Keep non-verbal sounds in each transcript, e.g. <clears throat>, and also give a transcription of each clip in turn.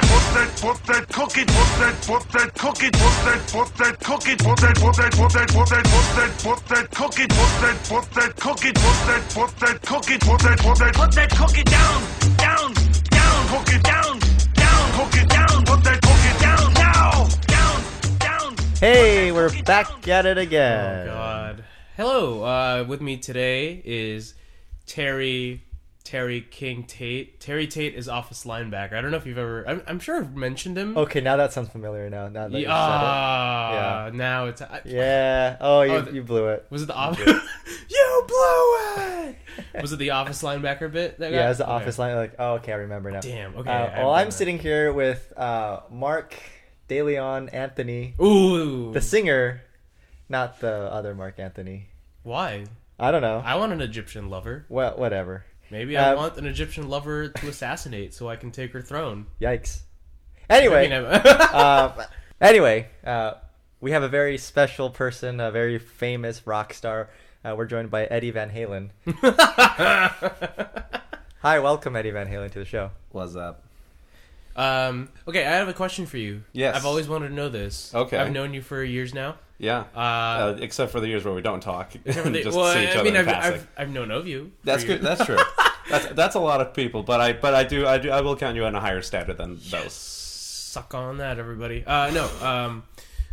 that, put that cookie, put that, put that cookie, put that, put that cookie, put that, put that, put that, put that, put that, put that cookie, put that, put that cookie, put that, put that cookie, put that, put that, put that cookie down, down, down, cook it down, down, cook it down, put that cookie down now, down, down. Hey, we're back at it again. Oh, God. Hello. Uh, with me today is Terry Terry King Tate. Terry Tate is office linebacker. I don't know if you've ever. I'm, I'm sure I've mentioned him. Okay, now that sounds familiar. Now, now that you said Yeah. Yeah. Ah, Now it's. I, it. Yeah. Oh, you, Oh, the- you blew it. Was it the office? <laughs> you blew it. was it the office linebacker bit? That Yeah, got- it was the Okay. office line. Like, oh, okay, I remember now. Damn, Uh, okay, I well, I'm remember. sitting here with uh, Mark DeLeon Anthony, Ooh. the singer, not the other Mark Anthony. Why? I don't know. I want an Egyptian lover. Well, whatever. Maybe I Um, want an Egyptian lover to assassinate so I can take her throne. Yikes. I Anyway. mean, <laughs> I'm- uh, anyway, uh, we have a very special person, a very famous rock star. Uh, we're joined by Eddie Van Halen. Hi, welcome Eddie Van Halen to the show. What's up? Um, okay, I have a question for you. Yes. I've always wanted to know this. Okay. I've known you for years now. Yeah. Uh, Uh, except for the years where we don't talk, <laughs> and never the- Oh, just well, see each I other mean, in I've, passing. I've, I've known of you. for that's good. years. That's true. that's that's a lot of people, but I but I do I do I will count you on a higher standard than those. Suck on that, everybody. Uh, no. Um,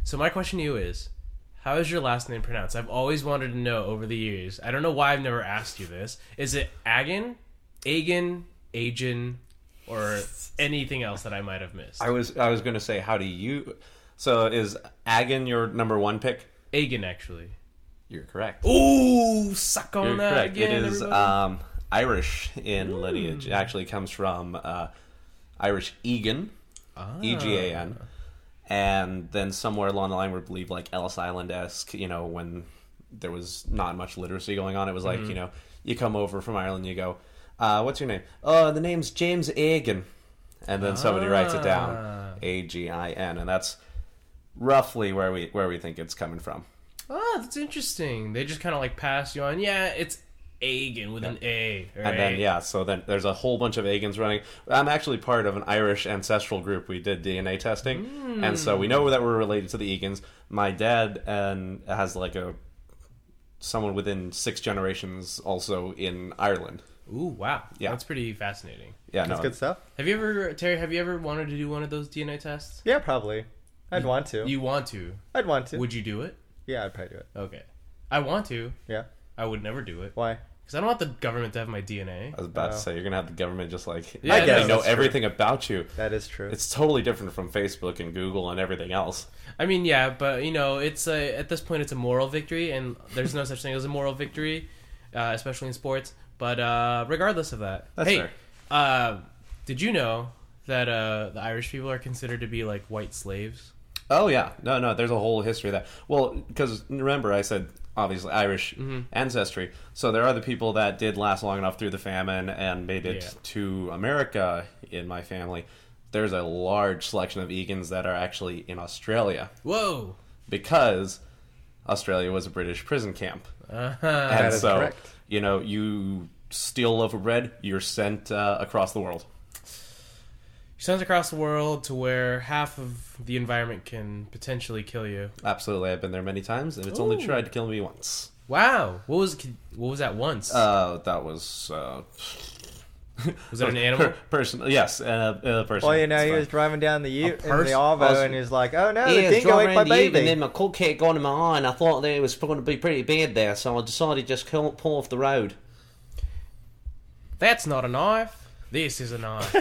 so my question to you is, how is your last name pronounced? I've always wanted to know over the years. I don't know why I've never asked you this. Is it Agin, Agin, Agin, or anything else that I might have missed? I was I was going to say how do you? So is Agon your number one pick? Agin, actually. You're correct. Ooh, suck on You're that correct. again, it is everybody. Hmm. um, Irish in lineage. It actually comes from uh, Irish Egan, Ah. E G A N, and then somewhere along the line, we believe like Ellis Island esque. You know, when there was not much literacy going on, it was Hmm. like you know, you come over from Ireland, you go, uh, "What's your name?" Oh, the name's James Egan, and then somebody writes it Ah. down, A G I N, and that's roughly where we where we think it's coming from. Oh, that's interesting. They just kind of like pass you on. Yeah, it's Agan with an A. Right? And then yeah, so then there's a whole bunch of Agans running. I'm actually part of an Irish ancestral group. We did DNA testing, and so we know that we're related to the Egans. My dad and has like a someone within six generations also in Ireland. Ooh, wow. Yeah. that's pretty fascinating. Yeah, That's no, good stuff. Have you ever, Terry? Have you ever wanted to do one of those DNA tests? Yeah, probably. I'd want to. You want to? I'd want to. Would you do it? yeah, I'd probably do it. Okay. I want to. Yeah. I would never do it Why? because I don't want the government to have my DNA. I was about Oh. to say you're gonna have the government just like Yeah, I they guess know that's true. everything about you. That is true. It's totally different from Facebook and Google and everything else. I mean, yeah, but you know, it's a, at this point it's a moral victory, and there's no such thing as a moral victory, uh, especially in sports. But uh, regardless of that, That's hey, fair. uh, did you know that uh, the Irish people are considered to be like white slaves? Oh yeah, no, no. There's a whole history of that. Well, because remember, I said obviously Irish Mm-hmm. ancestry. So there are the people that did last long enough through the famine and made it Yeah. to America. In my family, there's a large selection of Egans that are actually in Australia Whoa! because Australia was a British prison camp, Uh-huh. and That is so correct. you know you steal a loaf of bread, you're sent uh, across the world. Sent across the world to where half of the environment can potentially kill you. Absolutely, I've been there many times, and it's only tried to kill me once. Wow! What was what was that once? Uh, that was uh, was <laughs> it an animal? Per- person, yes, uh, uh, person. well, Oh, you know, It's he fine. was driving down the U in the person- Alvo, also- and he was like, "Oh no, Yeah, the I dingo was ate driving my around the Ute, baby." and then my cold kick got in my eye, and I thought that it was going to be pretty bad there, so I decided just to pull off the road. That's not a knife. This is a <laughs> knife.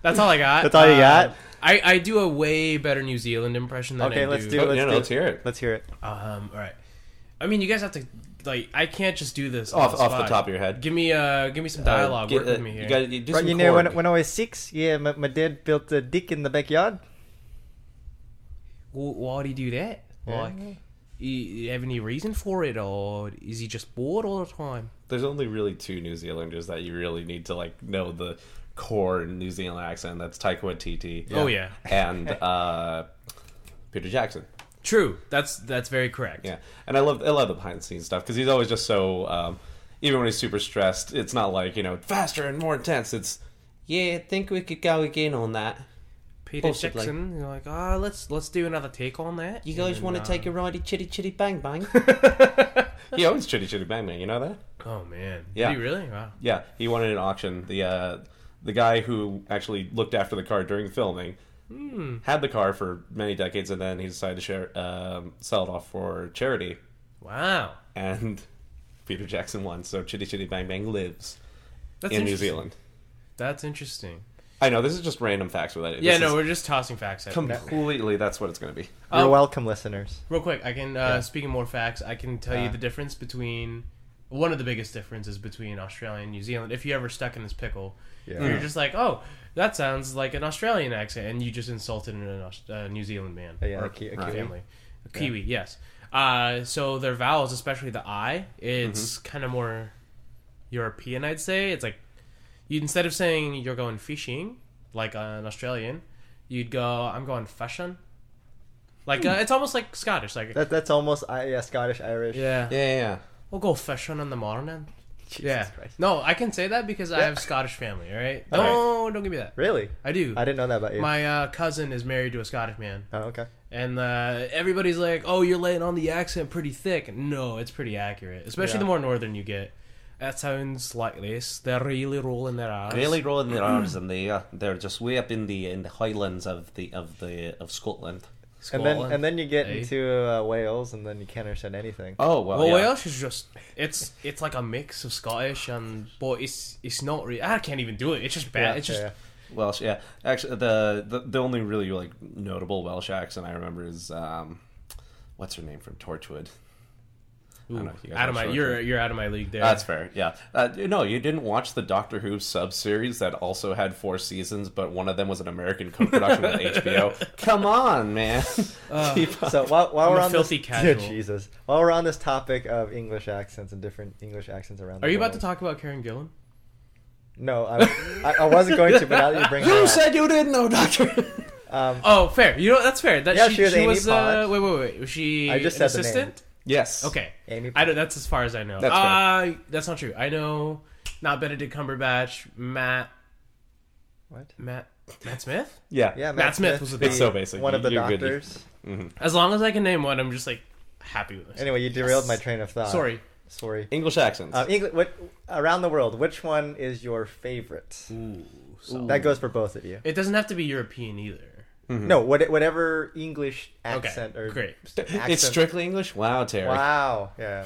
That's all I got. Um, That's all you got? I, I do a way better New Zealand impression than Okay, I let's do. do Oh, it. Let's, yeah, do no, let's hear it. Let's hear it. Um, all right. I mean, you guys have to like. I can't just do this on Off- off the spot. top of your head. Give me uh, give me some dialogue. Get, Work with uh, me here. You gotta, you do Right, some you know, when, chord. when I was six, yeah, my, my dad built a dick in the backyard. Wh- Why do you do that? Like, you, you have any reason for it, or is he just bored all the time? There's only really two New Zealanders that you really need to like know the core New Zealand accent. That's Taika Waititi. Oh, yeah. and uh, Peter Jackson. True. That's that's very correct. Yeah, and I love I love the behind the scenes stuff because he's always just so. Um, even when he's super stressed, it's not like you know faster and more intense. It's Yeah, think we could go again on that. Peter Possibly. Jackson. You're like, ah, let's let's do another take on that. uh, You guys want to take a ride at Chitty Chitty Bang Bang? um, <laughs> He owns Chitty Chitty Bang Bang. You know that? Oh man, Yeah. Did he really? Wow. Yeah, he won it at auction. The uh, the guy who actually looked after the car during filming Hmm. had the car for many decades, and then he decided to share um, sell it off for charity. Wow. And <laughs> Peter Jackson won, so Chitty Chitty Bang Bang lives That's in New interesting. Zealand. That's interesting. I know this is just random facts related. yeah, This no, is we're just tossing facts at you. completely. That's what it's going to be. You're Um, welcome, listeners. Real quick, I can uh, speaking more facts. I can tell you Uh. the difference between one of the biggest differences between Australia and New Zealand. If you ever stuck in this pickle, you're just like, oh, that sounds like an Australian accent, and you just insulted an Aus- uh, New Zealand man Yeah, or a ki- a family. Kiwi. A Kiwi, yes. Uh, so their vowels, especially the I, it's Mm-hmm. kind of more European, I'd say. It's like you instead of saying you're going fishing like an Australian, you'd go I'm going fashion. Like uh, it's almost like Scottish, like That Hmm. that's almost I, yeah, Scottish Irish. yeah. Yeah, yeah, yeah. we'll go fashion in the morning. Jesus yeah, Christ. no, I can say that because I have Scottish family. All right, All right. no, don't give me that. Really? I do. I didn't know that about you. My uh, cousin is married to a Scottish man, oh, okay. and uh, everybody's like, "Oh, you're laying on the accent pretty thick." No, it's pretty accurate, especially Yeah. the more northern you get. That sounds like this. They're really rolling their eyes. Really rolling <clears throat> their arms, and they uh, they're just way up in the in the highlands of the of the of Scotland. And then and then you get eh? into uh, Wales, and then you can't understand anything. Oh well, Well, yeah. Welsh is just it's it's like a mix of Scottish and but it's it's not really. I can't even do it. It's just bad. Yeah, it's just <laughs> yeah. Welsh, yeah. Actually, the, the the only really like notable Welsh accent I remember is um, what's her name from Torchwood. I don't know if you guys out of my watch Torchwood. you're you're out of my league there. That's fair. Yeah. Uh, no, you didn't watch the Doctor Who sub series that also had four seasons, but one of them was an American co-production with <laughs> HBO. Come on, man. Keep up. So while, while I'm we're a on <laughs> filthy this, casual. Jesus, while we're on this topic of English accents and different English accents around. Are the you about world- to talk about <laughs> Karen Gillan? No, I, I, I wasn't going to, but now that you <laughs> bring Who her up, said you didn't know Doctor? um, Oh, fair. You know that's fair. That Yeah, she, she was Amy uh, Pollak. wait wait wait. Was she I just an said the name. assistant? <laughs> yes. Okay. Amy I don't, that's as far as I know. That's uh, that's not true. I know not Benedict Cumberbatch, Matt what? Matt Matt Smith? Yeah. Yeah, Matt, Matt Smith was the the- It's so basic. One of You- the you're good. doctors. As long as I can name one, I'm just like happy with this. Anyway, uh, you derailed my train of thought. Sorry. sorry. English accents. Uh, Engli- what around the world? Which one is your favorite? That goes for both of you. It doesn't have to be European either. No, what, whatever English accent or Mm-hmm. great. accent- It's strictly English. Wow, Terry. Wow. Yeah.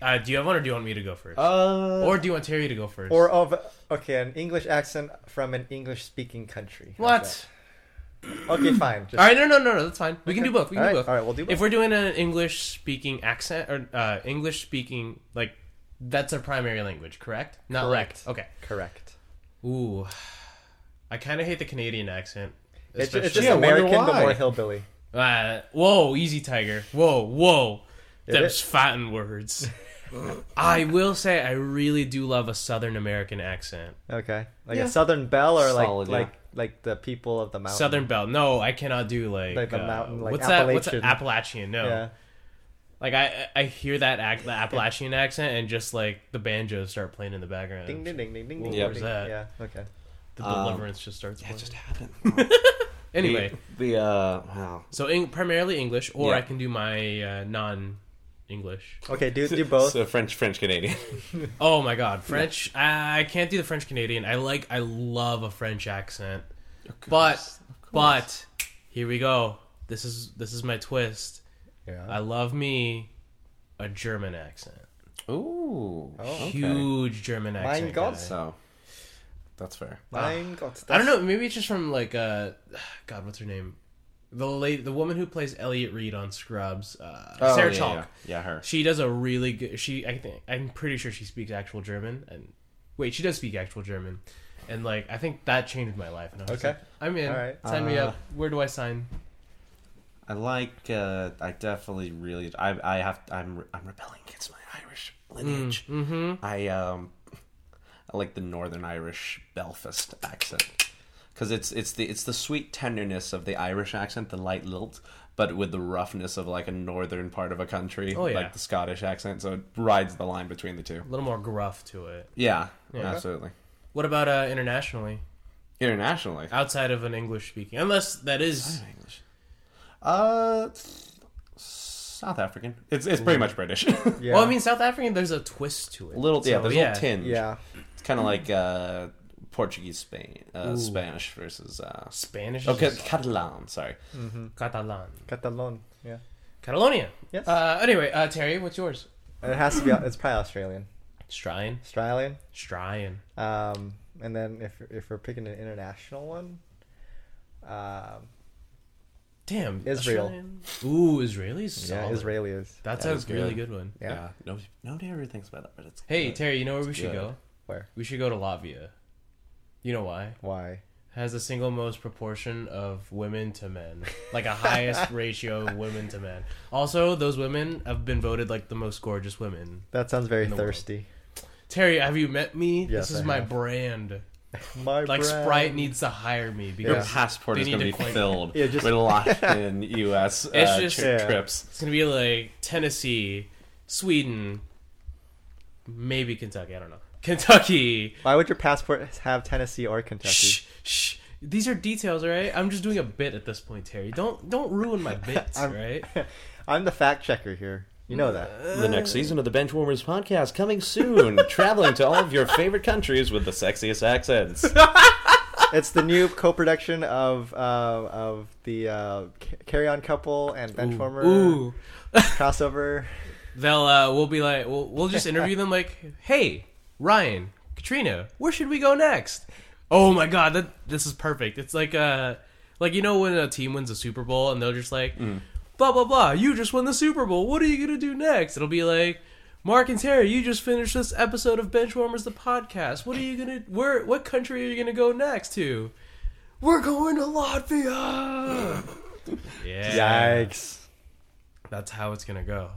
Uh, do you have one, or do you want me to go first, Uh, or do you want Terry to go first? Or of okay, an English accent from an English speaking country. How's what? that? Okay, fine. Just, All right, no, no, no, no. That's fine. We can do both. We can All do right, both. all right, we'll do both. If we're doing an English speaking accent or uh, English speaking, like that's our primary language, correct? Not like- Correct. Okay. Correct. Ooh, I kind of hate the Canadian accent. It's, Especially, it's just Yeah, I wonder American, but why. more hillbilly. uh, whoa, easy tiger. Whoa, whoa. Them's is. fighting <laughs> words. I will say I really do love a Southern American accent. Okay, like Yeah. a Southern Belle or like Solid, yeah. like like the people of the mountain. Southern Belt. No, I cannot do like, Um, Like the uh, mountain, like what's that? What's that? Appalachian. Appalachian? No. Yeah. Like I I hear that <laughs> ac- the Appalachian accent and just like the banjos start playing in the background. Ding ding ding ding ding. ding, Yep. ding. That. Yeah. Okay. The Um, deliverance just starts. It playing. just happened. anyway, the, the uh, wow. so in, primarily English, or Yeah. I can do my uh, non English. Okay. Do <laughs> do both. So French, French Canadian. Oh my God, French! I, I can't do the French Canadian. I like I love a French accent, but but here we go. This is this is my twist. I yeah. love me a German accent. <laughs> Ooh. Oh, okay. Huge German accent. Mein Gott. guy. So that's fair. Mein Gott, I don't know. Maybe it's just from like uh, <sighs> God, what's her name? The late, the woman who plays Elliot Reed on Scrubs, uh, Sarah Oh, yeah, Chalk. Yeah, yeah, her. She does a really good. She, I think, I'm pretty sure she speaks actual German. And wait, she does speak actual German. And like, I think that changed my life. And I was Okay. like, I'm in. All right. Sign me Uh, up. Where do I sign? I like. Uh, I definitely really. I. I have. I'm. I'm rebelling against my Irish lineage. mm-hmm. I um. I like the Northern Irish Belfast accent because it's it's the it's the sweet tenderness of the Irish accent, the light lilt, but with the roughness of like a northern part of a country, Oh, yeah. like the Scottish accent. So it rides the line between the two. A little more gruff to it. Yeah, absolutely. What about uh, internationally? Internationally. outside of an English speaking, unless that is English. Uh, South African. It's it's pretty much <laughs> British. <laughs> Yeah. well, I mean, South African. There's a twist to it. little yeah, So, there's a little tinge. yeah. It's kind of like uh, Portuguese, Spain, uh, Spanish versus uh, Spanish. is okay, just Catalan. Sorry. Catalan. Catalan. Yeah. Catalonia. Yes. Uh, anyway, uh, Terry, what's yours? And it has to be. It's probably Australian. Stryan. Australian. Stryan. Um, and then if if we're picking an international one, um, Damn. Israel. Australian. Ooh, Israelis. yeah, Israeli is That's That a is good. really good one. Yeah. Nobody, nobody ever thinks about that, but it's Hey, good. Terry, you know where we should good. go? where We should go to Latvia. You know why? why Has the single most proportion of women to men, like a <laughs> highest ratio of women to men. Also, those women have been voted like the most gorgeous women. that sounds very the world. thirsty. Terry, have you met me? Yes, this is I my have. brand. My Like brand. Sprite needs to hire me Your because passport They is need going to to be <laughs> quite- filled Yeah, just- with Latin U.S. Uh, It's just- tri- Yeah. trips. it's gonna be like Tennessee, Sweden, maybe Kentucky. I don't know. Kentucky. Why would your passport have Tennessee or Kentucky? Shh, shh. These are details, all right? I'm just doing a bit at this point, Terry. Don't don't ruin my bits, all I'm- right? I'm the fact checker here. You know that. <laughs> The next season of the Benchwarmers podcast coming soon. traveling to all of your favorite countries with the sexiest accents. It's the new co-production of uh, of the uh, Ca- Carry On Couple and Benchwarmer Ooh, crossover. they'll uh, we'll be like we'll, we'll just interview them like, hey, Ryan, Katrina, where should we go next? Oh my god, that this is perfect. It's like uh like you know when a team wins a Super Bowl and they're just like, blah blah blah, you just won the Super Bowl. What are you gonna do next? It'll be like. Mark and Terry, you just finished this episode of Benchwarmers the podcast. What are you gonna? Where? What country are you gonna go next to? We're going to Latvia. yeah, Yikes! that's how it's gonna go.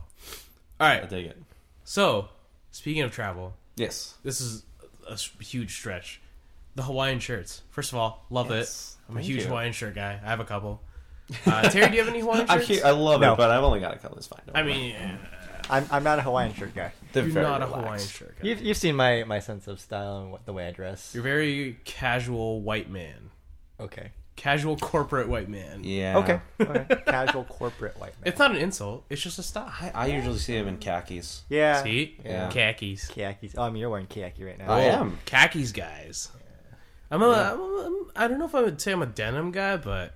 All right, I dig it. so, speaking of travel, Yes. this is a s- huge stretch. The Hawaiian shirts. First of all, love Yes. it. I'm a Thank huge you. Hawaiian shirt guy. I have a couple. <laughs> Uh, Terry, do you have any Hawaiian I, shirts? keep, I love No. it, but I've only got a couple. It's fine. don't I worry. mean, I'm I'm not a Hawaiian shirt guy. They're you're very not a relaxed. Hawaiian shirt guy. You've, you've seen my, my sense of style and what, the way I dress. You're a very casual white man. Okay. Casual corporate white man. Yeah. Okay. <laughs> Alright. Casual corporate white man. It's not an insult. It's just a style. I, I usually see him in khakis. yeah. See? Yeah. Khakis. Khakis. Oh, I mean, you're wearing khaki right now. I Oh, am. Khakis guys. I'm a, I'm a, I'm, I don't know if I would say I'm a denim guy, but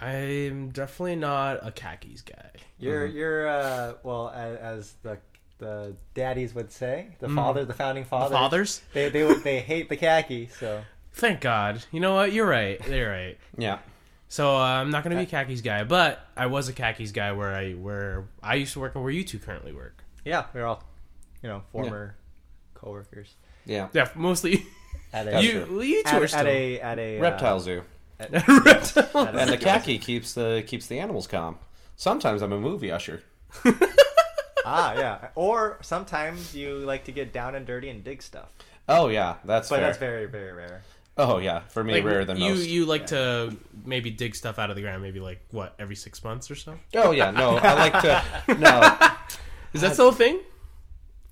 I'm definitely not a khakis guy. You're you're uh well as, as the the daddies would say the father the founding fathers Fathers? they they would- they hate the khaki so Thank God. You know what? You're right. You're right. Yeah. So uh, I'm not gonna be a khakis guy, but I was a khakis guy where I where I used to work and where you two currently work. yeah they're all you know former coworkers Yeah. Yeah, mostly at That's a you. true. well, You two at, are at still <laughs> a at a uh, Reptile zoo. reptile. at And the a, khaki keeps the keeps the animals calm. Sometimes I'm a movie usher. <laughs> ah yeah or sometimes you like to get down and dirty and dig stuff Oh yeah, that's but fair. that's very very rare Oh yeah, for me, Like, rarer than you, most. You like to maybe dig stuff out of the ground, maybe like what every six months or so. Oh yeah, no, I like to. <laughs> No, Is that still a thing?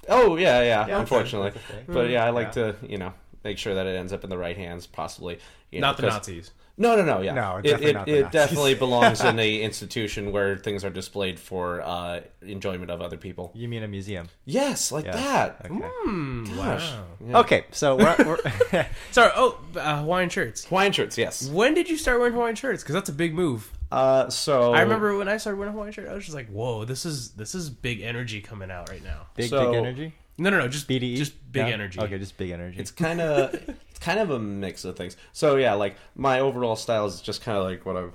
Oh yeah, yeah. Yeah, unfortunately, that's a thing. but yeah, I like Yeah. to you know make sure that it ends up in the right hands, possibly. You know, Not the 'cause- Nazis. No, no, no. Yeah, No, It- definitely it, not the it Nazis. <laughs> definitely belongs in a institution where things are displayed for uh, enjoyment of other people. you mean a museum Yes, like that. Oh okay Gosh. Yeah. okay so we're, <laughs> we're Sorry. Oh, uh, Hawaiian shirts. Hawaiian shirts, yes. When did you start wearing Hawaiian shirts? Because that's a big move. Uh, so I remember when I started wearing a Hawaiian shirt, I was just like, "Whoa, this is this is big energy coming out right now." big So- big energy No, no, no, just E? BDE just big E? No? energy. okay just big energy it's kind of it's kind of a mix of things. So yeah, like my overall style is just kind of like what I've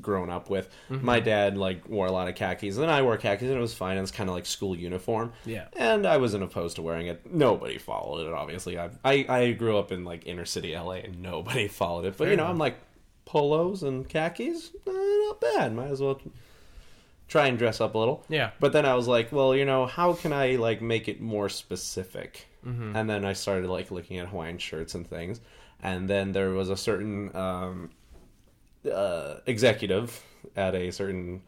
grown up with. My dad like wore a lot of khakis, and I wore khakis, and it was fine. And it's kind of like school uniform. Yeah. and I wasn't opposed to wearing it. Nobody followed it, obviously. I I, I grew up in like inner city LA, and nobody <laughs> followed it. But you know, I'm like polos and khakis, eh, not bad. Might as well try and dress up a little. Yeah. But then I was like, well, you know, how can I like make it more specific? Mm-hmm. And then I started like looking at Hawaiian shirts and things. And then there was a certain um, uh, executive at a certain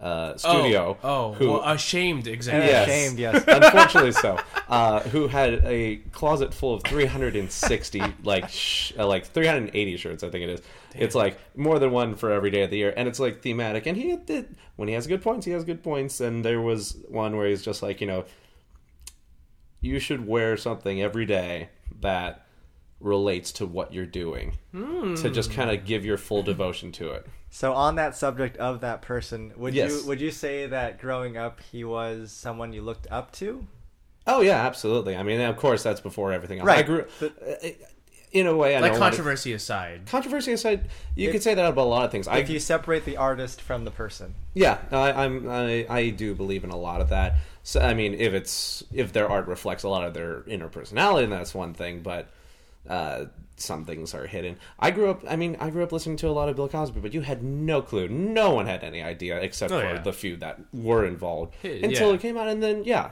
uh, studio. Oh, oh, who, well, ashamed exactly. Yes. Ashamed, yes. <laughs> Unfortunately, so uh, who had a closet full of 360 like sh- uh, like 380 shirts, I think it is. It's like more than one for every day of the year, and it's like thematic. And he did when he has good points, he has good points. And there was one where he's just like, you know, you should wear something every day that relates to what you're doing Hmm. to just kind of give your full devotion to it. So on that subject of that person, would Yes. you would you say that growing up he was someone you looked up to? Oh yeah, absolutely. I mean, of course, that's before everything else. I Right. grew, uh, in a way, I Like know a lot of- controversy aside, Controversy aside, you could say that about a lot of things. I If you separate the artist from the person. yeah, I, I'm I, I do believe in a lot of that. So I mean, if it's if their art reflects a lot of their inner personality, then that's one thing. But uh, some things are hidden. I grew up. I mean, I grew up listening to a lot of Bill Cosby, but you had no clue. No one had any idea except Oh, for yeah. the few that were involved Hey, until yeah. it came out. And then yeah,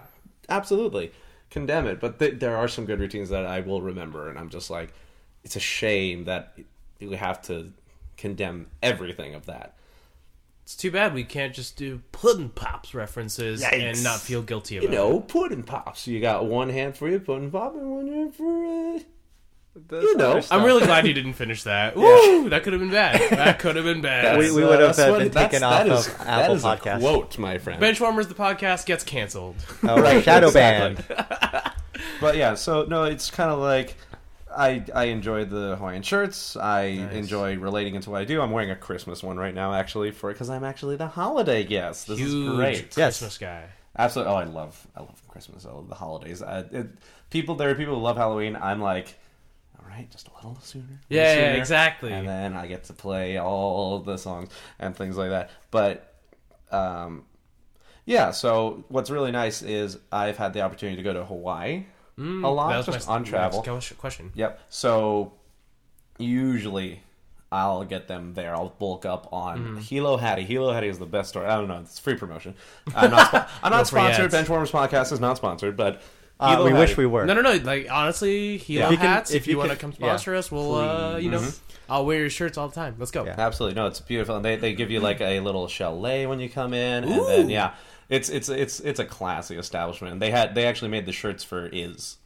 absolutely condemn it. But th- there are some good routines that I will remember, and I'm just like, it's a shame that we have to condemn everything of that. it's too bad we can't just do puddin' pops references and Yikes. not feel guilty about you know, pudding pops. You got one hand for your pudding pop and one hand for. Uh... you know, it. I'm <laughs> really glad you didn't finish that. Woo, that could have been bad. That could have been bad. We- we would have, that's uh, what- been that's- taken that off is- of that Apple is a Podcasts. quote, my friend. Benchwarmers, the podcast gets <laughs> canceled. Oh, right, shadow exactly. band. but yeah, so no, it's kind of like I I enjoy the Hawaiian shirts. I enjoy relating into what I do. I'm wearing a Christmas one right now, actually, for because I'm actually the holiday guest. This Huge is great. Yes. Christmas guy. Absolutely. Oh, I love I love Christmas. I love the holidays. I, it, people there are people who love Halloween. I'm like, all right, just a little sooner. a little Yeah, sooner." exactly. And then I get to play all the songs and things like that. But um, yeah, so what's really nice is I've had the opportunity to go to Hawaii a Mm, That lot was just my on travel. next question. Yep. So usually I'll get them there. I'll bulk up Mm-hmm. on Hilo Hattie. Hilo Hattie is the best store. I don't know. It's free promotion. I'm not, spo- <laughs> I'm not free sponsored. ads. Benchwarmers podcast is not sponsored, but Uh, Hilo we wish Hattie- we were. No, no, no. Like honestly, Hilo If you can- hats. if if you, you want to can- come sponsor us, we'll uh, you know, Mm-hmm. I'll wear your shirts all the time. Let's go. Yeah. Absolutely. No, it's beautiful. And they, they give you like a little chalet when you come in and then yeah. It's it's it's it's a classy establishment. And They had they actually made the shirts for Iz.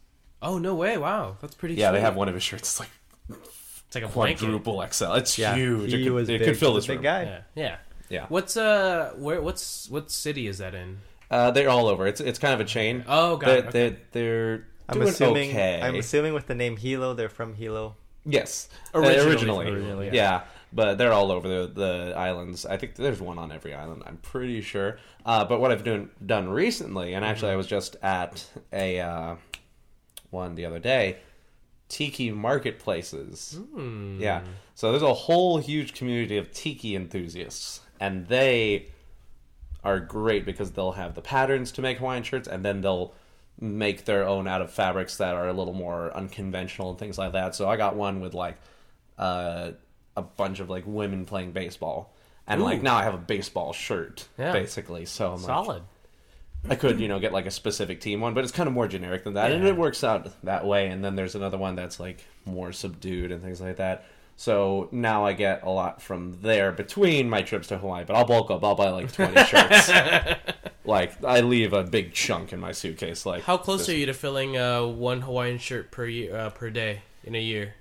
Oh no way! Wow, that's pretty. Yeah, they sweet. have one of his shirts it's like It's like a blanket. quadruple XL. It's Yeah, huge. He it could, was it big, could fill he's this a big room. guy. Yeah, yeah, Yeah. What's uh, where? What's what city is that in? Uh, they're all over. It's it's kind of a chain. Oh, got they're, it. Okay. They're, they're I'm doing assuming okay. I'm assuming with the name Hilo, they're from Hilo. yes, Uh, Originally, originally, originally, yeah. yeah. But they're all over the, the islands. I think there's one on every island. I'm pretty sure. Uh, but what I've done done recently, and actually Mm-hmm. I was just at a uh, one the other day, tiki marketplaces. Yeah. Mm. So there's a whole huge community of tiki enthusiasts, and they are great because they'll have the patterns to make Hawaiian shirts, and then they'll make their own out of fabrics that are a little more unconventional and things like that. So I got one with like uh, a bunch of like women playing baseball, and like now I have a baseball shirt Yeah. basically. So I'm like, Solid. I could, you know, get like a specific team one, but it's kind of more generic than that, and it works out that way. And then there's another one that's like more subdued and things like that. So now I get a lot from there between my trips to Hawaii, but I'll bulk up. I'll buy like 20 <laughs> shirts. like I leave a big chunk in my suitcase. Like How close are you to filling uh, one Hawaiian shirt per year, uh, per day in a year?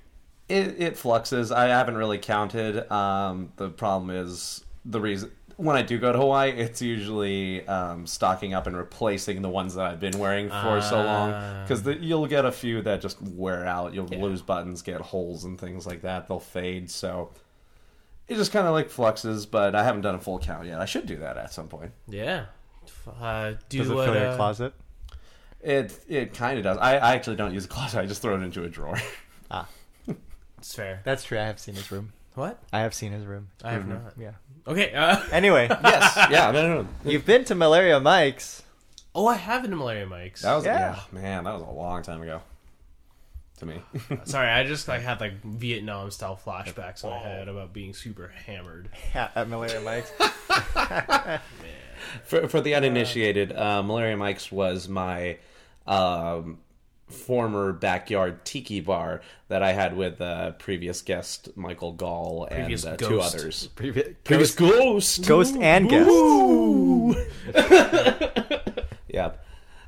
It, it fluxes. I haven't really counted. Um, the problem is the reason when I do go to Hawaii, it's usually um, stocking up and replacing the ones that I've been wearing for so long. Because you'll get a few that just wear out. You'll lose buttons, get holes, and things like that. They'll fade. So it just kind of like fluxes. But I haven't done a full count yet. I should do that at some point. Yeah. Uh, do Does it what? fill your uh, closet? It it kind of does. I, I actually don't use a closet. I just throw it into a drawer. It's fair. That's true. I have seen his room. What? I have seen his room. I Mm-hmm. have not. Yeah. Okay. Uh, <laughs> Anyway, yes. Yeah. No. No. no. you've been to Malaria Mike's. oh, I have been to Malaria Mike's. That was Yeah. yeah. man, that was a long time ago. To me. <laughs> Sorry, I just like had like Vietnam style flashbacks in my head about being super hammered. Yeah, at Malaria Mike's. for for the uninitiated, uh, Malaria Mike's was my um former backyard tiki bar that I had with uh, previous guest Michael Gall Previous and uh, two ghost. others. Previous, Previous ghost, ghost and guest. Yep.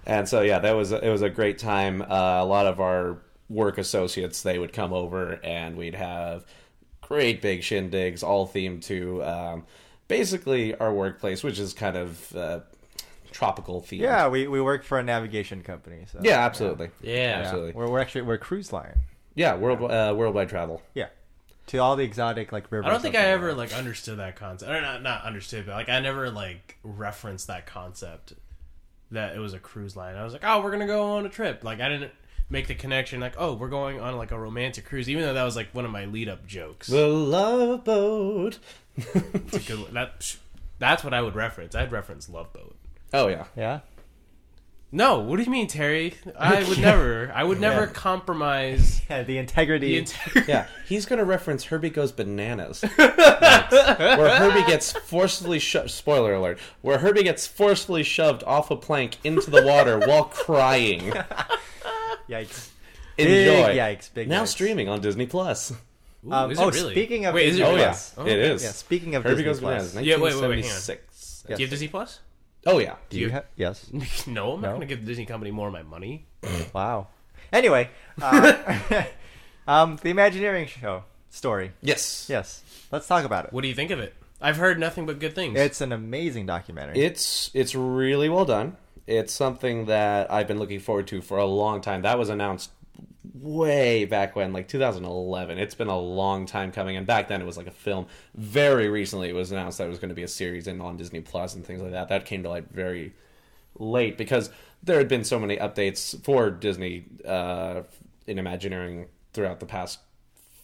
And so yeah, that was it was a great time. Uh, a lot of our work associates they would come over and we'd have great big shindigs, all themed to um, basically our workplace, which is kind of uh, tropical themed. Yeah, we, we work for a navigation company. So Yeah, absolutely. Yeah. absolutely. We're, we're actually we're a cruise line. Yeah, world uh, worldwide travel. Yeah, to all the exotic like rivers. I don't think up I there. ever like understood that concept. Or not not understood, but like I never like referenced that concept that it was a cruise line. I was like, oh, we're gonna go on a trip. Like I didn't make the connection. Like oh, we're going on like a romantic cruise, even though that was like one of my lead up jokes. The love boat. It's a good- that- psh, that's what I would reference. I'd reference Love Boat. Oh yeah. Yeah. No, what do you mean, Terry? I <laughs> would never. I would never compromise Yeah, the integrity. the integrity. Yeah, he's gonna reference Herbie goes bananas, where Herbie gets forcefully sho- spoiler alert, where Herbie gets forcefully shoved off a plank into the <laughs> water while <laughs> crying. <laughs> yikes. Enjoy. Big yikes. Big now yikes. streaming on Disney Plus. Ooh, Um, is it oh, really? speaking of wait, is it Disney Oh really? yeah, Plus. it is. Yeah. Speaking of Herbie Disney goes Plus. bananas. Yeah, wait, wait, wait, hang on. 1976. Do you have Disney Plus? <laughs> Oh yeah. Do you ha- yes. No, I'm No. not going to give the Disney company more of my money. Wow. Anyway, uh, <laughs> um, the Imagineering show story. Yes. Yes, let's talk about it. What do you think of it? I've heard nothing but good things. It's an amazing documentary. It's it's really well done. It's something that I've been looking forward to for a long time. That was announced way back when, like 2011. It's been a long time coming, and back then it was like a film. Very recently, it was announced that it was going to be a series and on Disney Plus and things like that. That came to light very late because there had been so many updates for Disney uh, in Imagineering throughout the past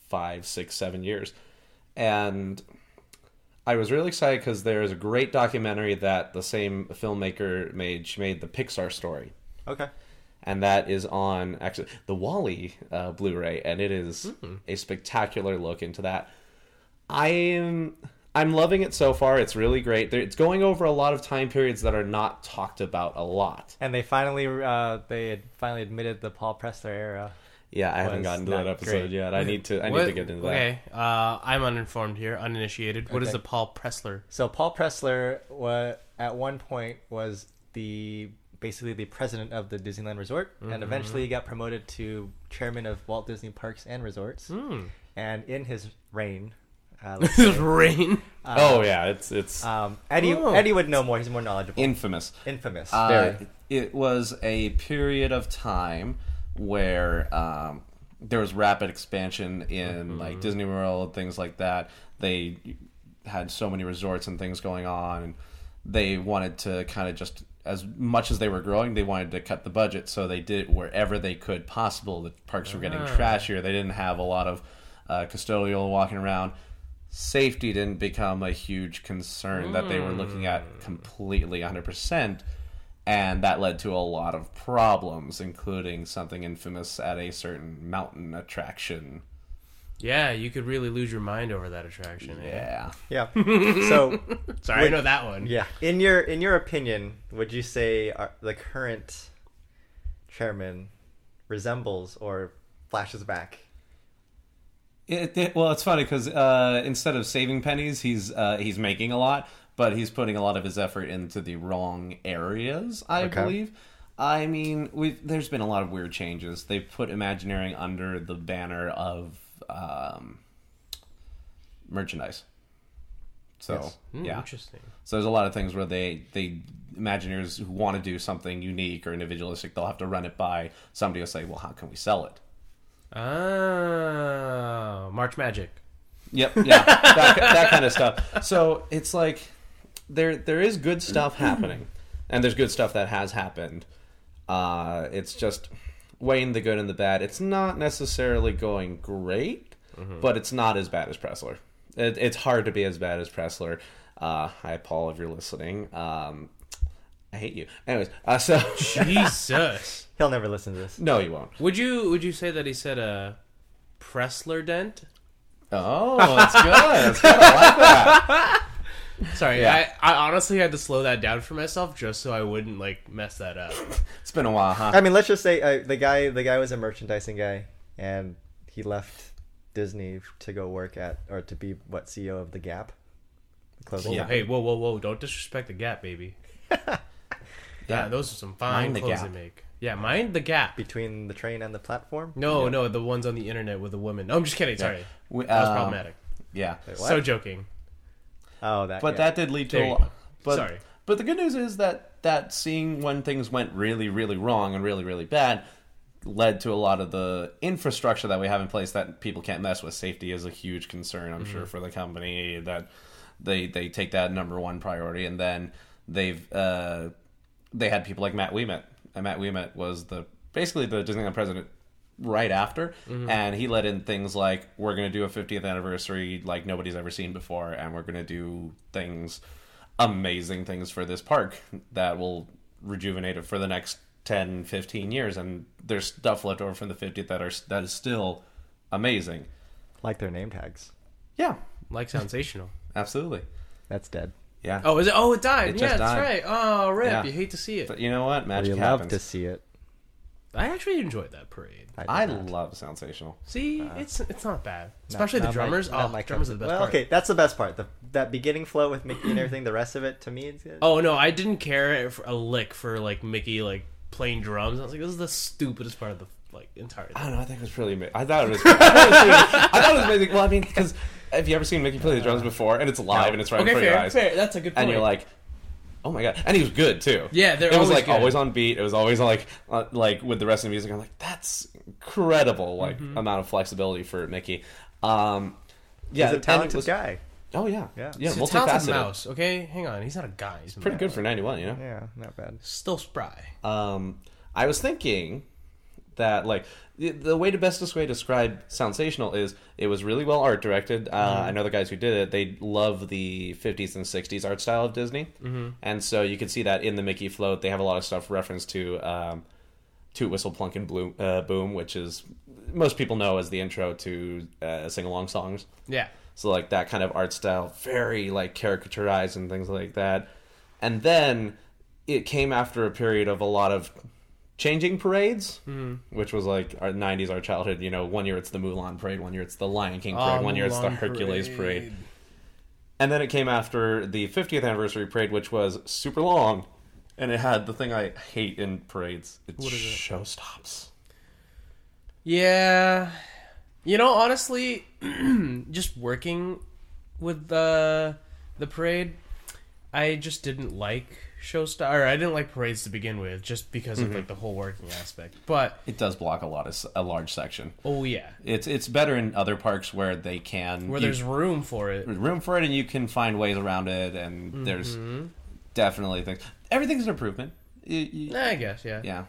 five, six, seven years, and I was really excited because there is a great documentary that the same filmmaker made. She made the Pixar story, okay. and that is on actually the Wally uh, Blu-ray, and it is a spectacular look into that. I am I'm loving it so far. It's really great. There- It's going over a lot of time periods that are not talked about a lot. And they finally, uh, they had finally admitted the Paul Pressler era. Yeah, I haven't Was gotten to not that episode great. yet. I need to I need What- to get into that. Okay, uh, I'm uninformed here, uninitiated. What is Okay. the Paul Pressler? <laughs> So Paul Pressler wa at one point was the basically the president of the Disneyland Resort, and eventually he got promoted to chairman of Walt Disney Parks and Resorts. And in his reign, uh, let's This say, rain. oh yeah, it's it's um, Eddie Oh. Eddie would know more. He's more knowledgeable. infamous. Infamous. Uh, Very. it was a period of time where um, there was rapid expansion in like Disney World, things like that. They had so many resorts and things going on, and they wanted to kind of just as much as they were growing, they wanted to cut the budget, so they did it wherever they could possible. The parks were getting trashier. They didn't have a lot of uh, custodial walking around. Safety didn't become a huge concern that they were looking at completely 100% and that led to a lot of problems, including something infamous at a certain mountain attraction. Yeah, you could really lose your mind over that attraction. eh? Yeah, yeah. so Sorry, I know that one. yeah, in your in your opinion, would you say are, the current chairman resembles or flashes back? it, it- well, it's funny because uh, instead of saving pennies, he's uh, he's making a lot, but he's putting a lot of his effort into the wrong areas. I Okay. believe. I mean, we've, there's been a lot of weird changes. They've put Imagineering under the banner of um, merchandise. So Hmm, yeah, Interesting. So there's a lot of things where they they Imagineers who want to do something unique or individualistic, they'll have to run it by somebody will say, "Well, how can we sell it?" Oh, March Magic. Yep, yeah, that, that kind of stuff. So it's like there there is good stuff happening, and there's good stuff that has happened. Uh, it's just weighing the good and the bad. It's not necessarily going great, Mm-hmm. but it's not as bad as Pressler. It, it's hard to be as bad as Pressler. Uh, hi, Paul, if you're listening. Um, I hate you. Anyways, uh, so <laughs> Jesus. He'll never listen to this. no, you won't. Would you would you say that he said a Pressler dent? Oh, that's good. That's good. I like that. Sorry, Yeah. I, I honestly had to slow that down for myself just so I wouldn't like mess that up. <laughs> It's been a while, huh? I mean, let's just say uh, the guy the guy was a merchandising guy, and he left Disney to go work at or to be what CEO of the Gap clothing. Yeah. company. Hey, whoa, whoa, whoa! Don't disrespect the gap, <laughs> baby. yeah, those are some fine Mind the clothes gap. they make. Yeah, mind the gap. between the train and the platform. No, no, the ones on the internet with the woman. No, I'm just kidding. Sorry, We- that was um, problematic. Yeah. what? So joking. Oh, that. But yeah. that did lead to There a you lot. go. But, Sorry. But the good news is that that seeing when things went really, really wrong and really, really bad led to a lot of the infrastructure that we have in place that people can't mess with. Safety is a huge concern, I'm Mm-hmm. sure, for the company that they they take that number one priority, and then they've uh, they had people like Matt Weemet, and Matt Weemet was the basically the Disneyland president right after and he let in things like we're going to do a 50th anniversary like nobody's ever seen before and we're going to do things amazing things for this park that will rejuvenate it for the next 10 15 years and there's stuff left over from the 50th that are that is still amazing like their name tags. yeah Like <laughs> sensational. absolutely That's dead. yeah Oh, is it? Oh, it died. It yeah, just that's died. right. Oh, rip! Yeah. You hate to see it. but you know what We magic love happens to see it. I actually enjoyed that parade. did i not. love sensational See, it's it's not bad. Especially Not the my- drummers. not oh, my drummers are cup the of- best well, part. okay, that's the best part. The, that beginning flow with Mickey and everything. The rest of it, to me, it's good. Oh no, I didn't care if- a lick for like Mickey like playing drums. I was like, this is the stupidest part of the like entire. I <laughs> Thing. don't know. I think it was pretty. ama- I thought it was. I thought it was amazing. Well, I mean, because have you ever seen Mickey play the drums before? And it's live and it's right in front of your eyes, That's a good and you're like, "Oh my god!" And he was good too. Yeah, they're it was always like good. always on beat. It was always like uh, like with the rest of the music. I'm like, that's incredible. Like Mm-hmm. amount of flexibility for Mickey. Um, yeah, He's a and it talented was- guy. Oh yeah, Yeah. yeah, He's a talented multifaceted. mouse. Okay, hang on. He's not a guy. He's a Pretty mouse. good for ninety one, you know. Yeah, not bad. Still spry. Um, I was thinking that like the, the way to best this way describe Sensational is it was really well art directed. Uh, I know the guys who did it; they love the '50s and '60s art style of Disney, mm-hmm. and so you can see that in the Mickey float. They have a lot of stuff referenced to um, "Toot Whistle Plunk and Bloom, uh, Boom," which is most people know as the intro to uh, sing along songs. Yeah. So like that kind of art style, very like caricaturized and things like that. And then it came after a period of a lot of changing parades, Hmm. which was like our '90s, our childhood. You know, one year it's the Mulan parade, one year it's the Lion King parade, Ah, one year it's the Mulan Hercules parade. parade. And then it came after the 50th anniversary parade, which was super long, and it had the thing I hate in parades: it's show stops. Yeah. You know, honestly, <clears throat> just working with the the parade, I just didn't like show star. Or I didn't like parades to begin with, just because Mm-hmm. of like the whole working aspect. But It does block a lot of s- a large section. oh yeah, It's it's better in other parks where they can where you there's room for it. room for it and you can find ways around it and there's Mm-hmm. definitely things everything's an improvement You- you- I guess yeah. yeah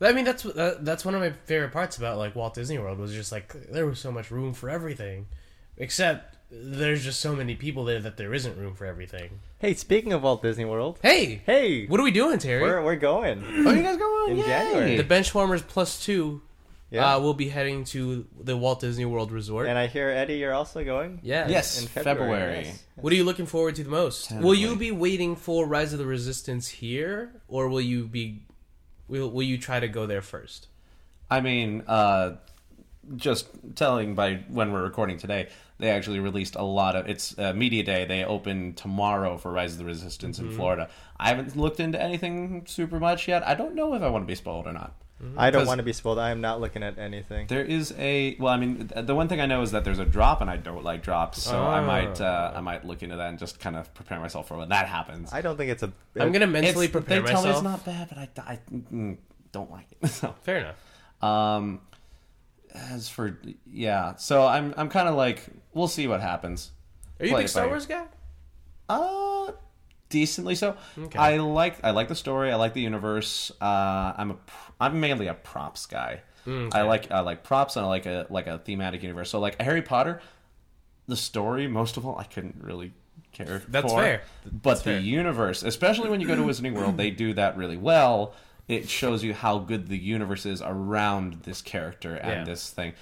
I mean that's uh, that's one of my favorite parts about like Walt Disney World was just like there was so much room for everything, except there's just so many people there that there isn't room for everything. Hey, speaking of Walt Disney World, Hey, Hey! what are we doing, Terry? we're we're going. oh you guys go on In Yay! January. The Benchwarmers Plus Two Yeah. uh, will be heading to the Walt Disney World Resort. and I hear Eddie, you're also going. yeah. yes In February, february, yes. What are you looking forward to the most? Will you be waiting for Rise of the Resistance here, or will you be will will you try to go there first? i mean uh just telling by when we're recording today they actually released a lot of it's uh, media day they open tomorrow for rise of the resistance Mm-hmm. in florida i haven't looked into anything super much yet i don't know if i want to be spoiled or not I don't Because- want to be spoiled. I am not looking at anything. There is a well, I mean, th- the one thing I know is that there's a drop, and I don't like drops, so I might uh, I might look into that and just kind of prepare myself for when that happens. I don't think it's a. I'm gonna mentally It's- prepare they tell myself. me it's not bad, but I, I mm, don't like it. <laughs> So, Fair enough. um, as for yeah, so I'm I'm kind of like we'll see what happens. Are you a Play big it Star by ear. Wars guy? Uh decently so. I like I like the story. I like the universe. Uh, I'm a pr- I'm mainly a props guy. Mm, I like I like props and I like a like a thematic universe. So like Harry Potter, the story most of all I couldn't really care. That's for. fair. But the fair. universe, especially when <clears throat> you go to Wizarding World, they do that really well. It shows you how good the universe is around this character and Yeah. this thing.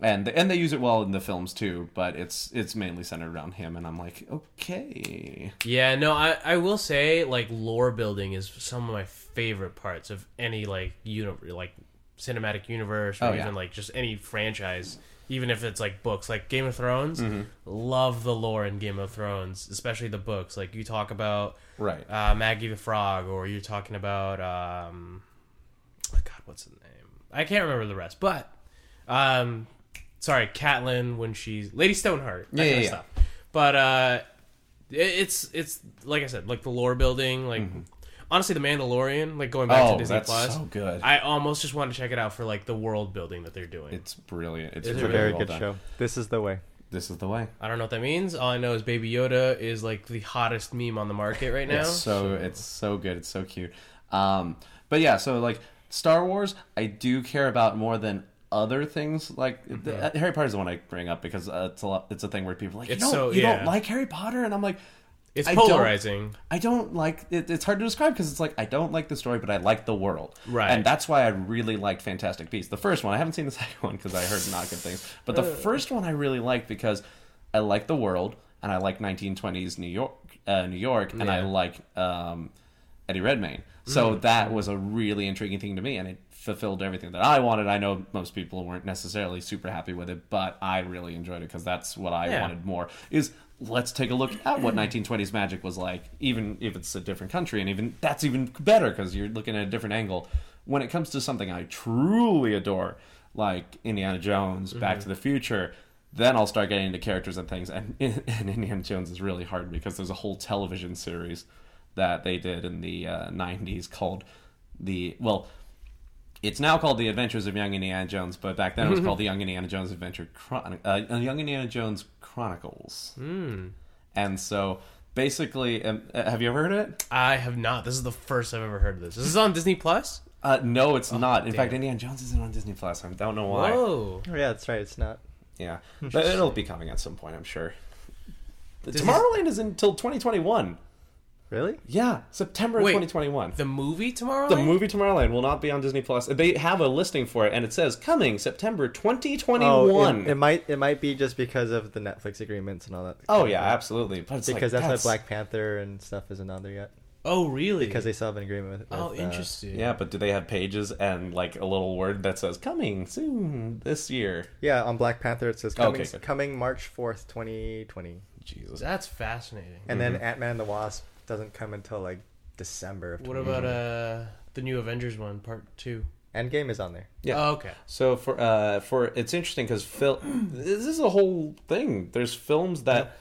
and and they use it well in the films too, but it's it's mainly centered around him. And I'm like, okay, Yeah, no, I, I will say like lore building is some of my favorite parts of any like uni- like cinematic universe or Oh, even yeah. like just any franchise, even if it's like books like Game of Thrones. Mm-hmm. Love the lore in Game of Thrones, especially the books. Like you talk about right? uh, Maggie the Frog, or you're talking about um, oh God, what's the name? I can't remember the rest, but um, sorry, Catelyn when she's Lady Stoneheart, that Yeah, kind yeah, of stuff. But uh, it, it's it's like I said, like the lore building, like. Honestly, The Mandalorian, like going back Mm-hmm. Oh, to Disney that's Plus, so good. I almost just want to check it out for like the world building that they're doing. It's brilliant. It's, It's a really Very well good done. show. This is the way. This is the way. I don't know what that means. All I know is Baby Yoda is like the hottest meme on the market right now. It's so it's so good. It's so cute. Um, but yeah, so like Star Wars, I do care about more than other things. Like the, uh, Harry Potter is the one I bring up because uh, it's a lot, it's a thing where people are like you Mm-hmm. It's don't so- you yeah. don't like Harry Potter, and I'm like. it's I don't- polarizing. I don't like it, it's hard to describe because it's like I don't like the story, but I like the world, Right. And that's why I really liked Fantastic Beasts, the first one. I haven't seen the <laughs> second one because I heard not good things, but the Uh. first one I really liked because I like the world and I like 1920s New York, uh, New York, and I Yeah. Mm. like um, Eddie Redmayne. So that was a really intriguing thing to me, and it fulfilled everything that I wanted. I know most people weren't necessarily super happy with it, but I really enjoyed it because that's what I Yeah. wanted more. Is let's take a look at what 1920s magic was like, even if it's a different country, and even that's even better because you're looking at a different angle. When it comes to something I truly adore, like Indiana Jones, Back to the Future. Then I'll start getting into characters and things, and, <laughs> and Indiana Jones is really hard because there's a whole television series that they did in the uh, 90s called the well it's now called the adventures of young indiana jones but <laughs> back then it was called the young indiana jones adventure Chron- uh, young indiana jones chronicles mm. Hmm. and so basically um, uh, have you ever heard of it I have not. This is the first I've ever heard of this. This is on Disney Plus. uh, no Oh, it's not in fact indiana jones isn't on disney plus i don't know why Whoa! Oh, yeah, that's right. It's not. yeah but it'll be coming at some point i'm sure Disney- tomorrowland is until 2021 Really? yeah september of Wait. 2021 The movie tomorrow. The movie Tomorrowland will not be on Disney Plus. They have a listing for it, and it says coming September 2021. Oh, Oh, it, it might it might be just because of the Netflix agreements and all that. Oh, yeah, absolutely. But it's like, Because that's, why Black Panther and stuff isn't on there yet. Oh, really? Because they still have an agreement with. oh, with, uh, interesting. Yeah, but do they have pages and like a little word that says coming soon this year? yeah, on Black Panther it says coming, Okay, good. coming March fourth, twenty twenty, Jesus. That's fascinating. and then Ant Man and the Wasp doesn't come until like December of. What about uh the new Avengers one, part two? Endgame is on there. Yeah. Oh, okay. So for uh for it's interesting because Phil, this is a whole thing. There's films that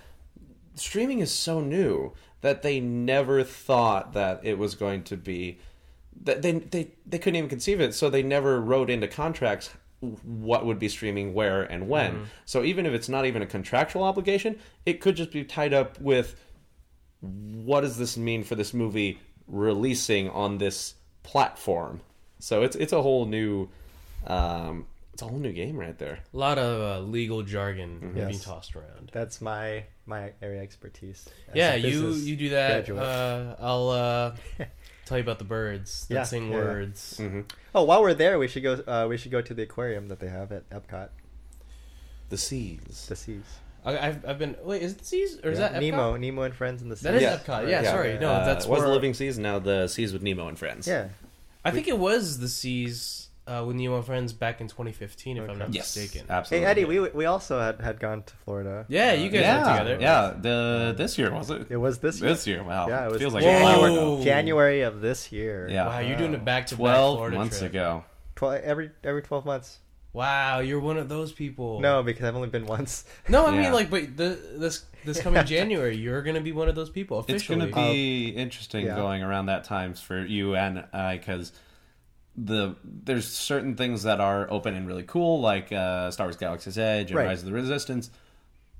streaming is so new that they never thought that it was going to be that they they they couldn't even conceive it. So they never wrote into contracts what would be streaming where and when. So even if it's not even a contractual obligation, it could just be tied up with what does this mean for this movie releasing on this platform? So it's it's a whole new um, it's a whole new game right there. A lot of uh, legal jargon being Mm-hmm. Yes. tossed around. That's my my area of expertise. as yeah, a you business you do that. graduate. Uh, <laughs> I'll uh, tell you about the birds that Yeah, sing yeah, yeah. words. oh, while we're there, we should go. Uh, we should go to the aquarium that they have at Epcot. The seas. The seas. I, I've I've been wait is it seas or is Yeah. that Epcot? Nemo? Nemo and friends in the seas. That is Yeah. Epcot. Yeah, sorry. No, Uh, that's it was where, the Living Seas. Now the Seas with Nemo and Friends. Yeah. I think it was the seas uh, with Nemo and Friends back in 2015, if I'm not Yes. mistaken. Hey Absolutely. Eddie, we we also had, had gone to Florida. Yeah, you guys yeah, went together. yeah. The this year was it? It was this year. This year. Wow. Yeah, it was feels like a while January, ago. Whoa. January of this year. Yeah. Wow, you're doing a back to back Uh, Twelve Florida months trip. ago. Tw- every every twelve months. Wow, you're one of those people. No, because I've only been once. <laughs> no, I Yeah. mean like, but the, this this <laughs> coming January, you're gonna be one of those people officially. It's going to be interesting Um, yeah. going around that times for you and I because the there's certain things that are open and really cool, like uh, Star Wars: Galaxy's Edge and Right. Rise of the Resistance.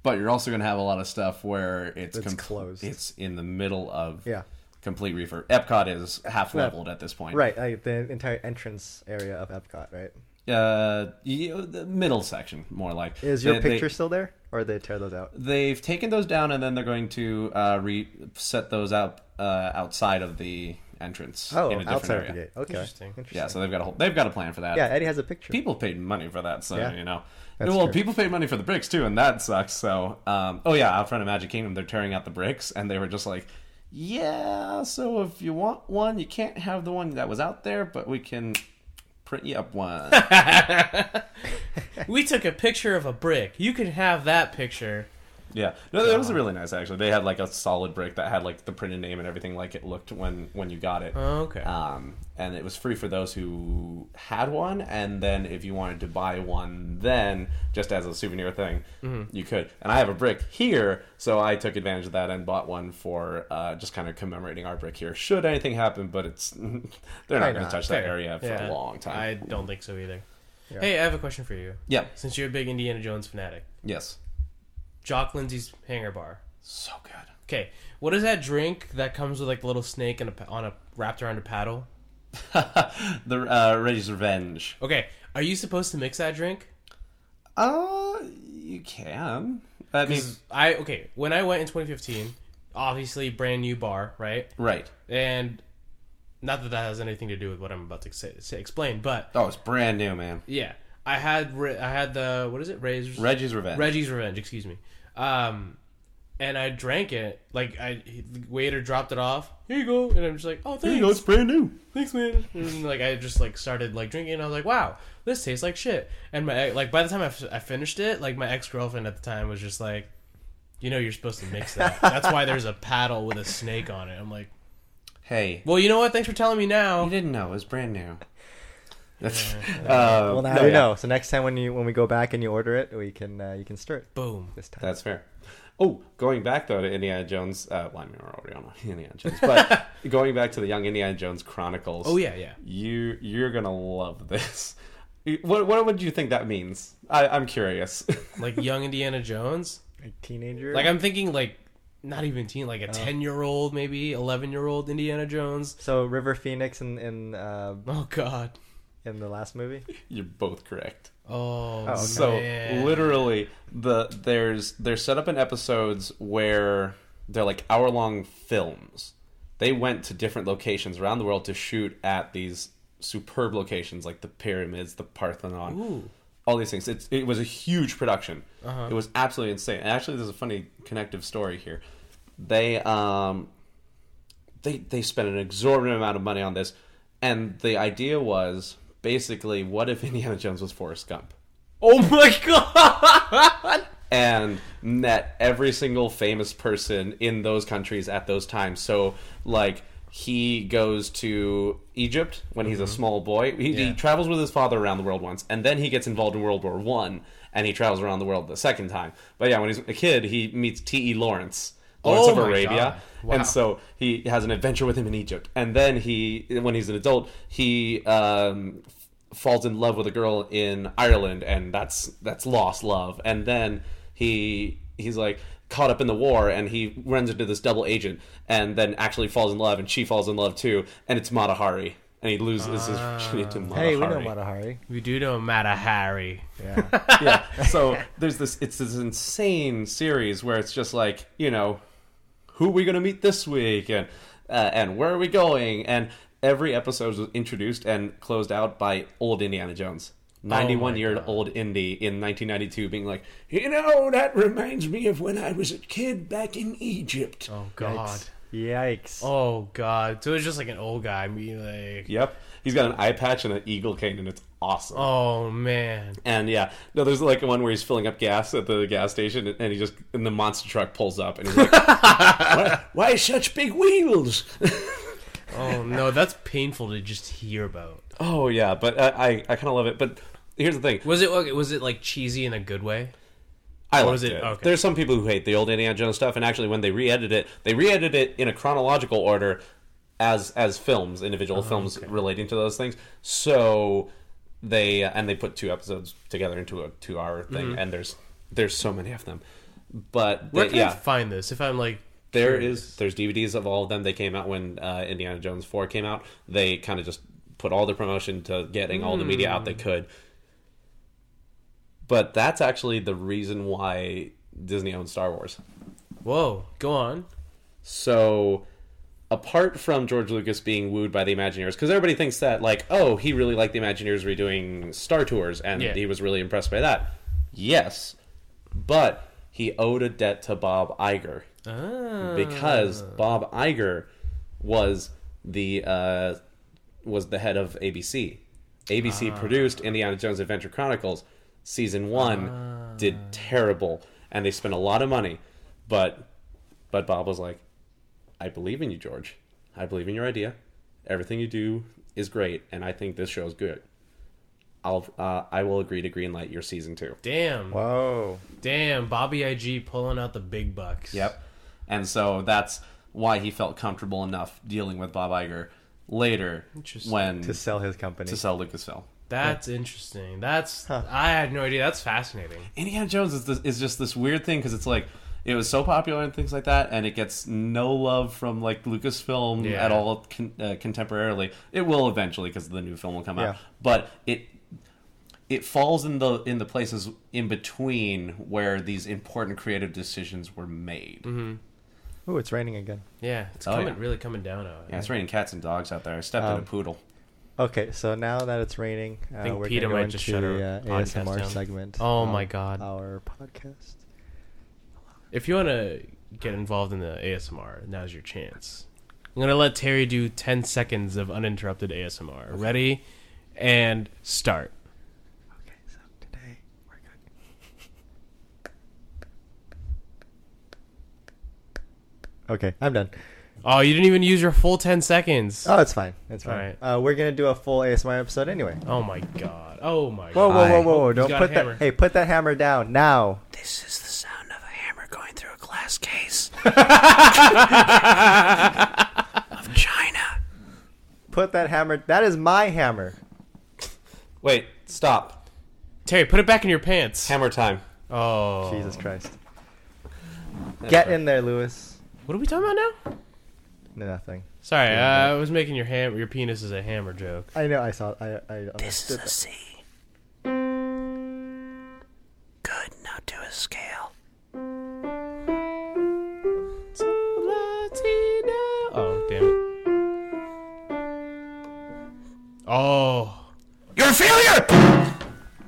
But you're also going to have a lot of stuff where it's, It's closed. It's in the middle of Yeah. complete reefer. Epcot is half leveled at this point, Right, like the entire entrance area of Epcot. Right. Uh, you, the middle section, more like. Is your They- they- picture still there, or they tear those out? they've taken those down and then they're going to uh, re set those up uh, outside of the entrance Oh, in a different outside area. of the gate. Okay. Interesting. Yeah, so they've got a whole, they've got a plan for that. yeah, Eddie has a picture. people paid money for that, so Yeah. you know. That's well, true. people paid money for the bricks too, and that sucks. So, um, oh yeah, out front of Magic Kingdom, they're tearing out the bricks, and they were just like, "Yeah, so if you want one, you can't have the one that was out there, but we can print you <laughs> up one." We took a picture of a brick. You can have that picture. yeah, no, that was really nice actually. They had like a solid brick that had like the printed name and everything, like it looked when when you got Oh, it. Okay. Um, and it was free for those who had one. And then if you wanted to buy one, then just as a souvenir thing, Mm-hmm. you could. And I have a brick here, so I took advantage of that and bought one for uh, just kind of commemorating our brick here. Should anything happen, but it's <laughs> they're not going to not? touch that area for Yeah. a long time. I don't think so either. Hey, I have a question for you. Yeah. Since you're a big Indiana Jones fanatic, Yes. Jock Lindsey's Hangar Bar. So good. <laughs> Okay, what is that drink that comes with like a little snake and a, pa- on a wrapped around a paddle? the uh, Reggie's Revenge. Okay, are you supposed to mix that drink? Uh, you can. I mean, I okay. When I went in 2015, obviously brand new bar, right? right. And not that that has anything to do with what I'm about to say, say, explain, but Oh, it's brand new, man. yeah, I had re- I had the what is it? Ray's Reggie's Revenge. Reggie's Revenge, excuse me. Um, and I drank it. Like I, he- the waiter dropped it off. Here you go. And I'm just like, oh, There you go. It's thanks, brand new. thanks, man. And Mm, like I just like started like drinking. And I was like, wow, this tastes like shit. And my eh, like by the time I, f- I finished it, like my ex girlfriend at the time was just like, you know, you're supposed to mix that. That's why there's a paddle with a snake on it. I'm like, Hey, well, you know what? Thanks for telling me You now. didn't know it was <laughs> brand new. uh, well, now no, we yeah. know. So next time when you when we go back and you order it, we can uh, you can stir it Boom. this time. That's fair. Oh, going back though to Indiana Jones. Uh, well, I mean, we're already on <laughs> Indiana Jones, <laughs> but going back to the Young Indiana Jones Chronicles. Oh yeah, yeah. You you're gonna love this. <laughs> You- What what would you think that means? I, I'm curious. <laughs> Like young Indiana Jones. A teenager. Like I'm thinking like not even teen, Uh-huh. like a ten year old, maybe eleven year old Indiana Jones. so River Phoenix in in uh, Oh God. in the last movie. You're both correct. Oh, okay. So man. literally, the there's they're set up in episodes where they're like hour long films. They went to different locations around the world to shoot at these superb locations like the pyramids, the Parthenon, Ooh. Uh-huh. all these things. It's, it was a huge production. It was absolutely insane. And actually, there's a funny connective story here. They um, they they spent an exorbitant amount of money on this, and the idea was basically, what if Indiana Jones was Forrest Gump? Oh my <laughs> God. and met every single famous person in those countries at those times. So, like, he goes to Egypt when he's a small boy. He, Mm-hmm. Yeah. he travels with his father around the world once, and then he gets involved in World War One, and he travels around the world the second time. But yeah, when he's a kid, he meets T.E. Lawrence. Lawrence Oh of my Arabia, God. Wow. and so he has an adventure with him in Egypt, and then he, when he's an adult, he um, f- falls in love with a girl in Ireland, and that's that's lost love. And then he he's like caught up in the war, and he runs into this double agent, and then actually falls in love, and she falls in love too, and it's Mata Hari, and he loses his <laughs> virginity to Mata Hey, we know Hari. Matahari. we do know Mata Harry. <laughs> Yeah. yeah, <laughs> so there's this it's this insane series where it's just like you know who are we going to meet this week and uh, and where are we going and every episode was introduced and closed out by old indiana jones 91 year old indy in 1992 being like you know that reminds me of when i was a kid back in egypt Oh God. Yikes. Oh God. So it's just like an old guy. Me like. yep he's got an eye patch and an eagle cane and it's awesome Oh man. And yeah, no, there's like one where he's filling up gas at the gas station, and he just and the monster truck pulls up, and he's <laughs> like, why, "Why such big wheels?" Oh no, that's painful to just hear about. oh yeah, but I I, I kind of love it. But here's the thing, Was it was it like cheesy in a good way? I Or loved is it. it- okay. There's some people who hate the old Indiana Jones stuff, and actually, when they re-edit it, they re-edit it in a chronological order, as as films, Oh, individual films relating to those things. So they uh, and they put two episodes together into a two-hour thing, Mm-hmm. and there's there's so many of them. But Where they- can yeah. I find this? If I'm like, There is there's DVDs of all of them. They came out when uh, Indiana Jones four came out. They kind of just put all the promotion to getting all the media out they could. But that's actually the reason why Disney owns Star Wars. whoa, go on. So apart from George Lucas being wooed by the Imagineers, because everybody thinks that, like, oh, he really liked the Imagineers redoing Star Tours, and Yeah. he was really impressed by that. Yes, but he owed a debt to Bob Iger Ah. because Bob Iger was the uh, was the head of ABC. ABC produced Indiana Jones Adventure Chronicles. Season one did terrible, and they spent a lot of money, but but Bob was like, "I believe in you, George. I believe in your idea. Everything you do is great, and I think this show is good. I'll uh, I will agree to greenlight your season two. Damn. Whoa. Damn. Bobby IG pulling out the big bucks. Yep. And so that's why he felt comfortable enough dealing with Bob Iger later Interesting. when To to, sell his company. sell Lucasfilm. That's interesting. That's I had no idea. That's fascinating. Indiana Jones is this, is just this weird thing because it's like it was so popular and things like that, and it gets no love from like Lucasfilm Yeah. at all con- uh, contemporarily. It will eventually because the new film will come out, Yeah. but it it falls in the in the places in between where these important creative decisions were made. Mm-hmm. Ooh, it's raining again. Yeah, it's Oh, coming yeah. really coming down on it. Yeah, it's raining cats and dogs out there. I stepped in a Um, poodle. Okay, so now that it's raining, uh, think we're PETA gonna go might just into shut our the uh, podcast ASMR down. segment. Oh of my God. Our podcast. If you want to get involved in the ASMR, now's your chance. I'm gonna let Terry do 10 seconds of uninterrupted ASMR. Ready, and start. Okay, so today we're going. <laughs> Okay, I'm done. Oh, you didn't even use your full 10 seconds. Oh, it's fine. It's All fine. Uh, we're gonna do a full ASMR episode anyway. Oh my god. Oh my Whoa, whoa, whoa, god. whoa! Oh, whoa. he's Don't got a put hammer. that. Hey, put that hammer down now. <laughs> Put that hammer. That is my hammer. Wait, stop. Terry, put it back in your pants. Hammer time. Oh. Jesus Christ. Get in there, Lewis. What are we talking about now? No, nothing. Sorry, uh, I was making your ham your penis is a hammer joke. I know. I saw. I. I understood that. Oh, damn it. Oh. You're a failure.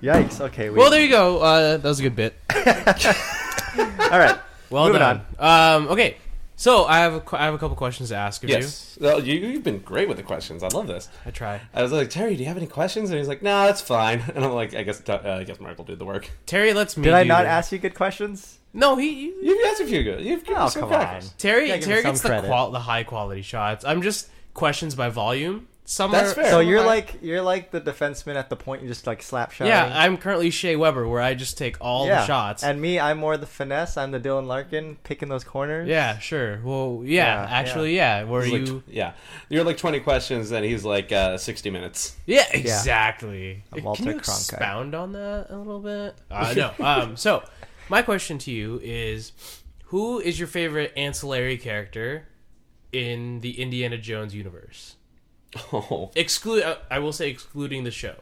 Yikes. Okay. We, Well, there you go. Uh, that was a good bit. all <laughs> right. Well Moving done. Um, okay, so I have a qu- I have a couple questions to ask of Yes. Well, you, you've been great with the questions. I love this. you. I try. I was like, Terry, do you have any questions? And he's like, No, that's fine. <laughs> And I'm like, I guess uh, I guess Mark will do the work. <laughs> Terry, let's me. Did I do not the- ask you good questions? No, he. he- You've asked a few good. You've given Oh, some come practice. on. Terry. Gotta give him Terry some gets the credit. qual- the high quality shots. I'm just questions by volume. Some That's are- fair. some So Oh, you're are- like you're like the defenseman at the point. You just like slap shot. Yeah, I'm currently Shea Weber, where I just take all the shots. And me, I'm more the finesse. I'm the Dylan Larkin picking those corners. yeah, sure. Well, yeah, Yeah, actually, yeah. Where It's you? like tw- yeah, you're like 20 questions, and he's like uh, 60 minutes. Yeah, exactly. I'm Walter Can you Cronkite. expound on that a little bit? <laughs> Uh, no. Um, so, my question to you is, who is your favorite ancillary character in the Indiana Jones universe? Oh, Exclude. Uh, I will say excluding the show.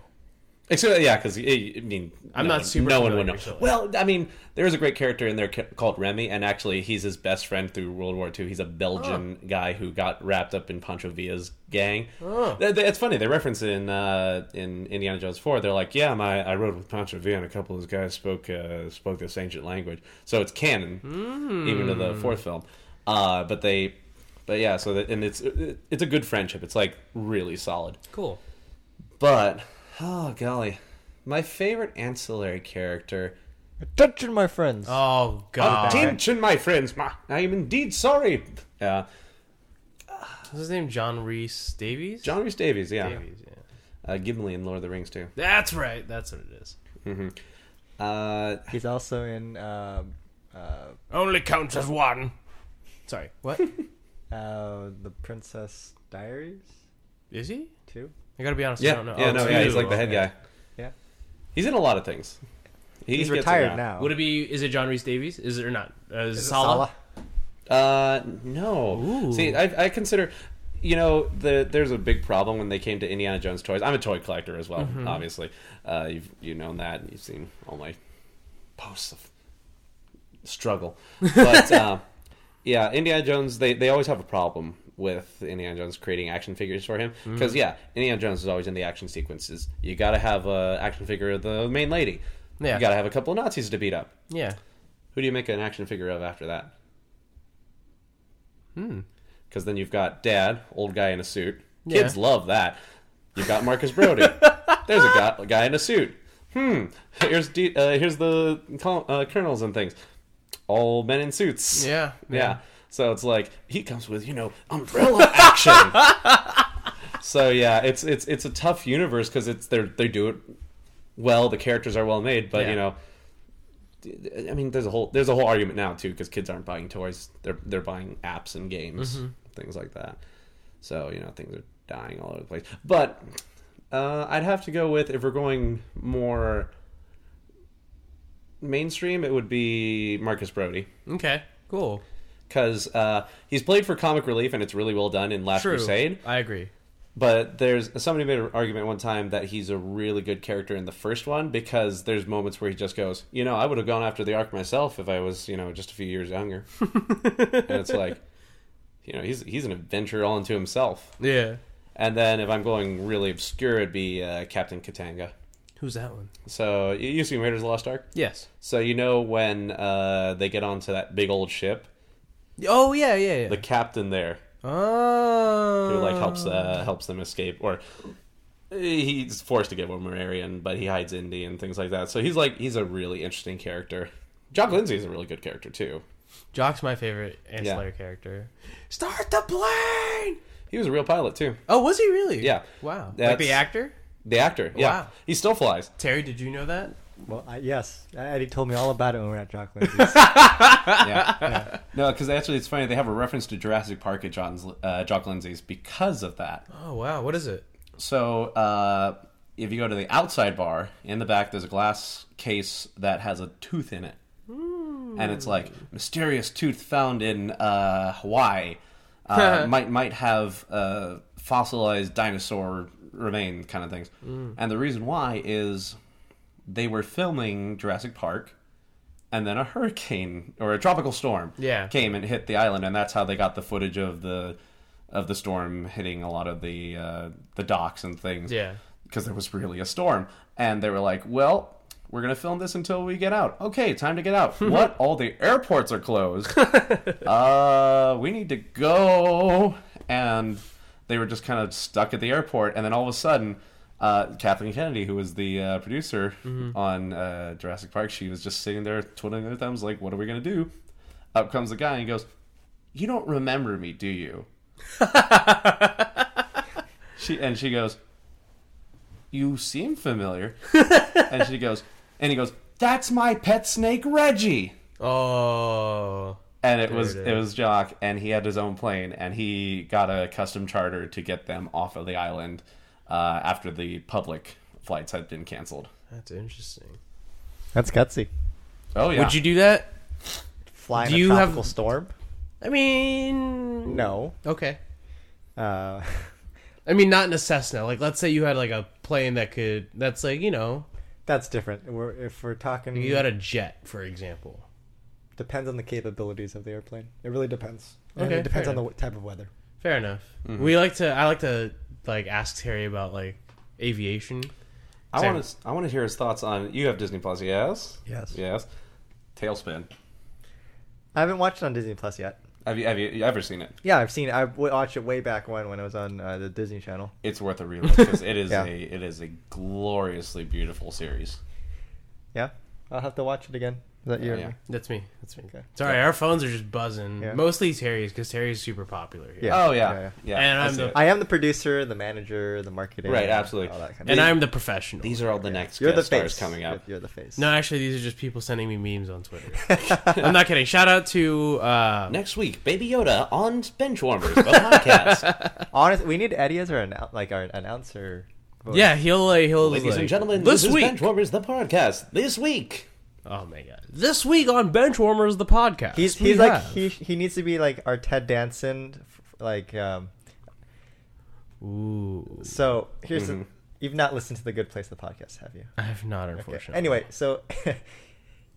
except yeah, because I mean, I'm no not one- super No one would know. familiar, so- Well, I mean, there is a great character in there ca- called Remy, and actually, he's his best friend through World War II. He's a Belgian guy who got wrapped up in Pancho Villa's gang. Oh. Th- th- It's funny they reference it in uh, in Indiana Jones Four. They're like, yeah, my I rode with Pancho Villa, and a couple of those guys spoke uh, spoke this ancient language, so it's canon Hmm. even to the fourth film. Uh, but they, but yeah, so that, and it's it- it's a good friendship. It's like really solid. Cool. But oh golly, my favorite ancillary character. Attention, my friends. Oh God. Attention, my friends. Ma, I am indeed sorry. Uh, What's his name? John Reese Davies. John Rhys Davies. Yeah, Davies. Yeah. uh, Gimli in Lord of the Rings too. That's right. That's what it is. Uh, He's also in um, uh, Only counts as one. Sorry. <laughs> What uh, the Princess Diaries is he? too. I gotta be honest. I yeah, don't know. yeah, Oh, no, yeah. He's two. like the head Okay. guy. Yeah. He's in a lot of things. He He's gets retired around. now. Would it be? Is it John Reese Davies? Is it or not? Uh, is, it Salah? Salah. Uh, no. Ooh. See, I, I consider, you know, the, there's a big problem when they came to Indiana Jones toys. I'm a toy collector as well, Mm-hmm. obviously. Uh, you've you known that, and you've seen all my posts of <laughs> struggle. But uh, yeah, Indiana Jones, they, they always have a problem with Indiana Jones creating action figures for him. Mm. Because yeah, Indiana Jones is always in the action sequences. You got to have a action figure of the main lady. Yeah. You got to have a couple of Nazis to beat up. Yeah. Who do you make an action figure of after that? Hmm. Because then you've got dad, old guy in a suit. Kids Yeah. love that. You've got Marcus Brody. <laughs> There's a guy, a guy in a suit. Hmm. Here's D, uh, here's the col- uh, colonels and things. All men in suits. Yeah. Yeah. So it's like he comes with you know umbrella action. so yeah, it's it's it's a tough universe because it's they are they do it well. The characters are well made, but Yeah. you know, I mean, there's a whole there's a whole argument now too because kids aren't buying toys; they're they're buying apps and games, Mm-hmm. things like that. So you know, things are dying all over the place. But uh, I'd have to go with if we're going more mainstream, it would be Marcus Brody Okay. Cool. because uh, he's played for comic relief and it's really well done in Last True. Crusade. I agree. But there's somebody made an argument one time that he's a really good character in the first one because there's moments where he just goes, you know, I would have gone after the arc myself if I was, you know, just a few years younger. and it's like, you know, he's he's an adventure all into himself. Yeah. And then if I'm going really obscure, it'd be uh, Captain Katanga. Who's that one? So you you see Raiders of the Lost Ark. Yes. So you know when uh, they get onto that big old ship, Oh yeah, yeah, yeah. the captain there oh. who like helps uh, helps them escape or he's forced to get Omarian, but he hides Indy and things like that. So he's like he's a really interesting character. Jock Lindsay is a really good character too. Jock's my favorite ancillary character. Start the plane. He was a real pilot too. Oh, was he really? Yeah. Wow. Like That's- the actor? The actor, yeah, Wow. he still flies. Terry, did you know that? Well, I, yes, Eddie told me all about it when we were at Jock <laughs> Lindsay's. Yeah, no, because actually it's funny they have a reference to Jurassic Park at John's, uh, Jock Lindsay's because of that. Oh wow, what is it? So uh, if you go to the outside bar in the back, there's a glass case that has a tooth in it, and it's like mysterious tooth found in uh, Hawaii uh, might might have uh, fossilized dinosaur remain kind of things, and the reason why is they were filming Jurassic Park. And then a hurricane or a tropical storm Yeah. came and hit the island, and that's how they got the footage of the of the storm hitting a lot of the uh, the docks and things. Yeah. because there was really a storm, and they were like, "Well, we're gonna film this until we get out. Okay, time to get out. what? All the airports are closed. uh, we need to go." And they were just kind of stuck at the airport, and then all of a sudden. Uh, Kathleen Kennedy, who was the uh, producer on uh, Jurassic Park, she was just sitting there twiddling her thumbs, like, "What are we gonna do?" Up comes the guy and he goes, "You don't remember me, do you?" She and she goes, "You seem <laughs> familiar." and she goes, and he goes, "That's my pet snake, Reggie." Oh. And it was it it, was Jock, and he had his own plane, and he got a custom charter to get them off of the island uh, after the public flights had been canceled. That's interesting. That's gutsy. Oh yeah, Would you do that? Fly in Do a you have- tropical storm? I mean No. Okay. Uh, <laughs> I mean not in a Cessna. Like let's say you had like a plane that could that's like, you know, that's different. We're, if we're talking, you had a jet, for example. depends on the capabilities of the airplane. It really depends. and Okay, it depends fair on the w- type of weather. Fair enough. Mm-hmm. We like to I like to like ask Terry about like aviation. I want to I want to hear his thoughts on you have Disney Plus, yes, Yes. yes, Tailspin. I haven't watched it on Disney Plus yet. Have you have you ever seen it? Yeah, I've seen it. I w- watched it way back when when it was on uh, the Disney Channel. It's worth a relook because it is <laughs> Yeah. a it is a gloriously beautiful series. Yeah, I'll have to watch it again. Is that you? yeah. and me? That's me. That's me. Okay. Sorry, our phones are just buzzing. Yeah. Mostly Terry's because Terry's super popular here. Yeah. Oh yeah, Yeah, yeah. yeah. And I'm that's the- it. I am the producer, the manager, the marketing. Right, absolutely. All that kind And of. I'm the professional. These are all the next you're the guest stars face coming up. You're the face. no, actually, these are just people sending me memes on <laughs> Twitter. I'm not kidding. Shout out to uh, Next week, Baby Yoda on Benchwarmers, <laughs> the podcast. Honestly, we need Eddie as our annou- like our announcer. voice. yeah, he'll like he'll Ladies like, and gentlemen, this, this, is week. Benchwarmers, the podcast. This week, oh my god, this week on Benchwarmers the podcast. he's we he's like have- he he needs to be like our Ted Danson, f- like um. Ooh, So here's Mm-hmm. the, you've not listened to the Good Place the podcast, have you? I have not Okay. <laughs> unfortunately. Anyway, so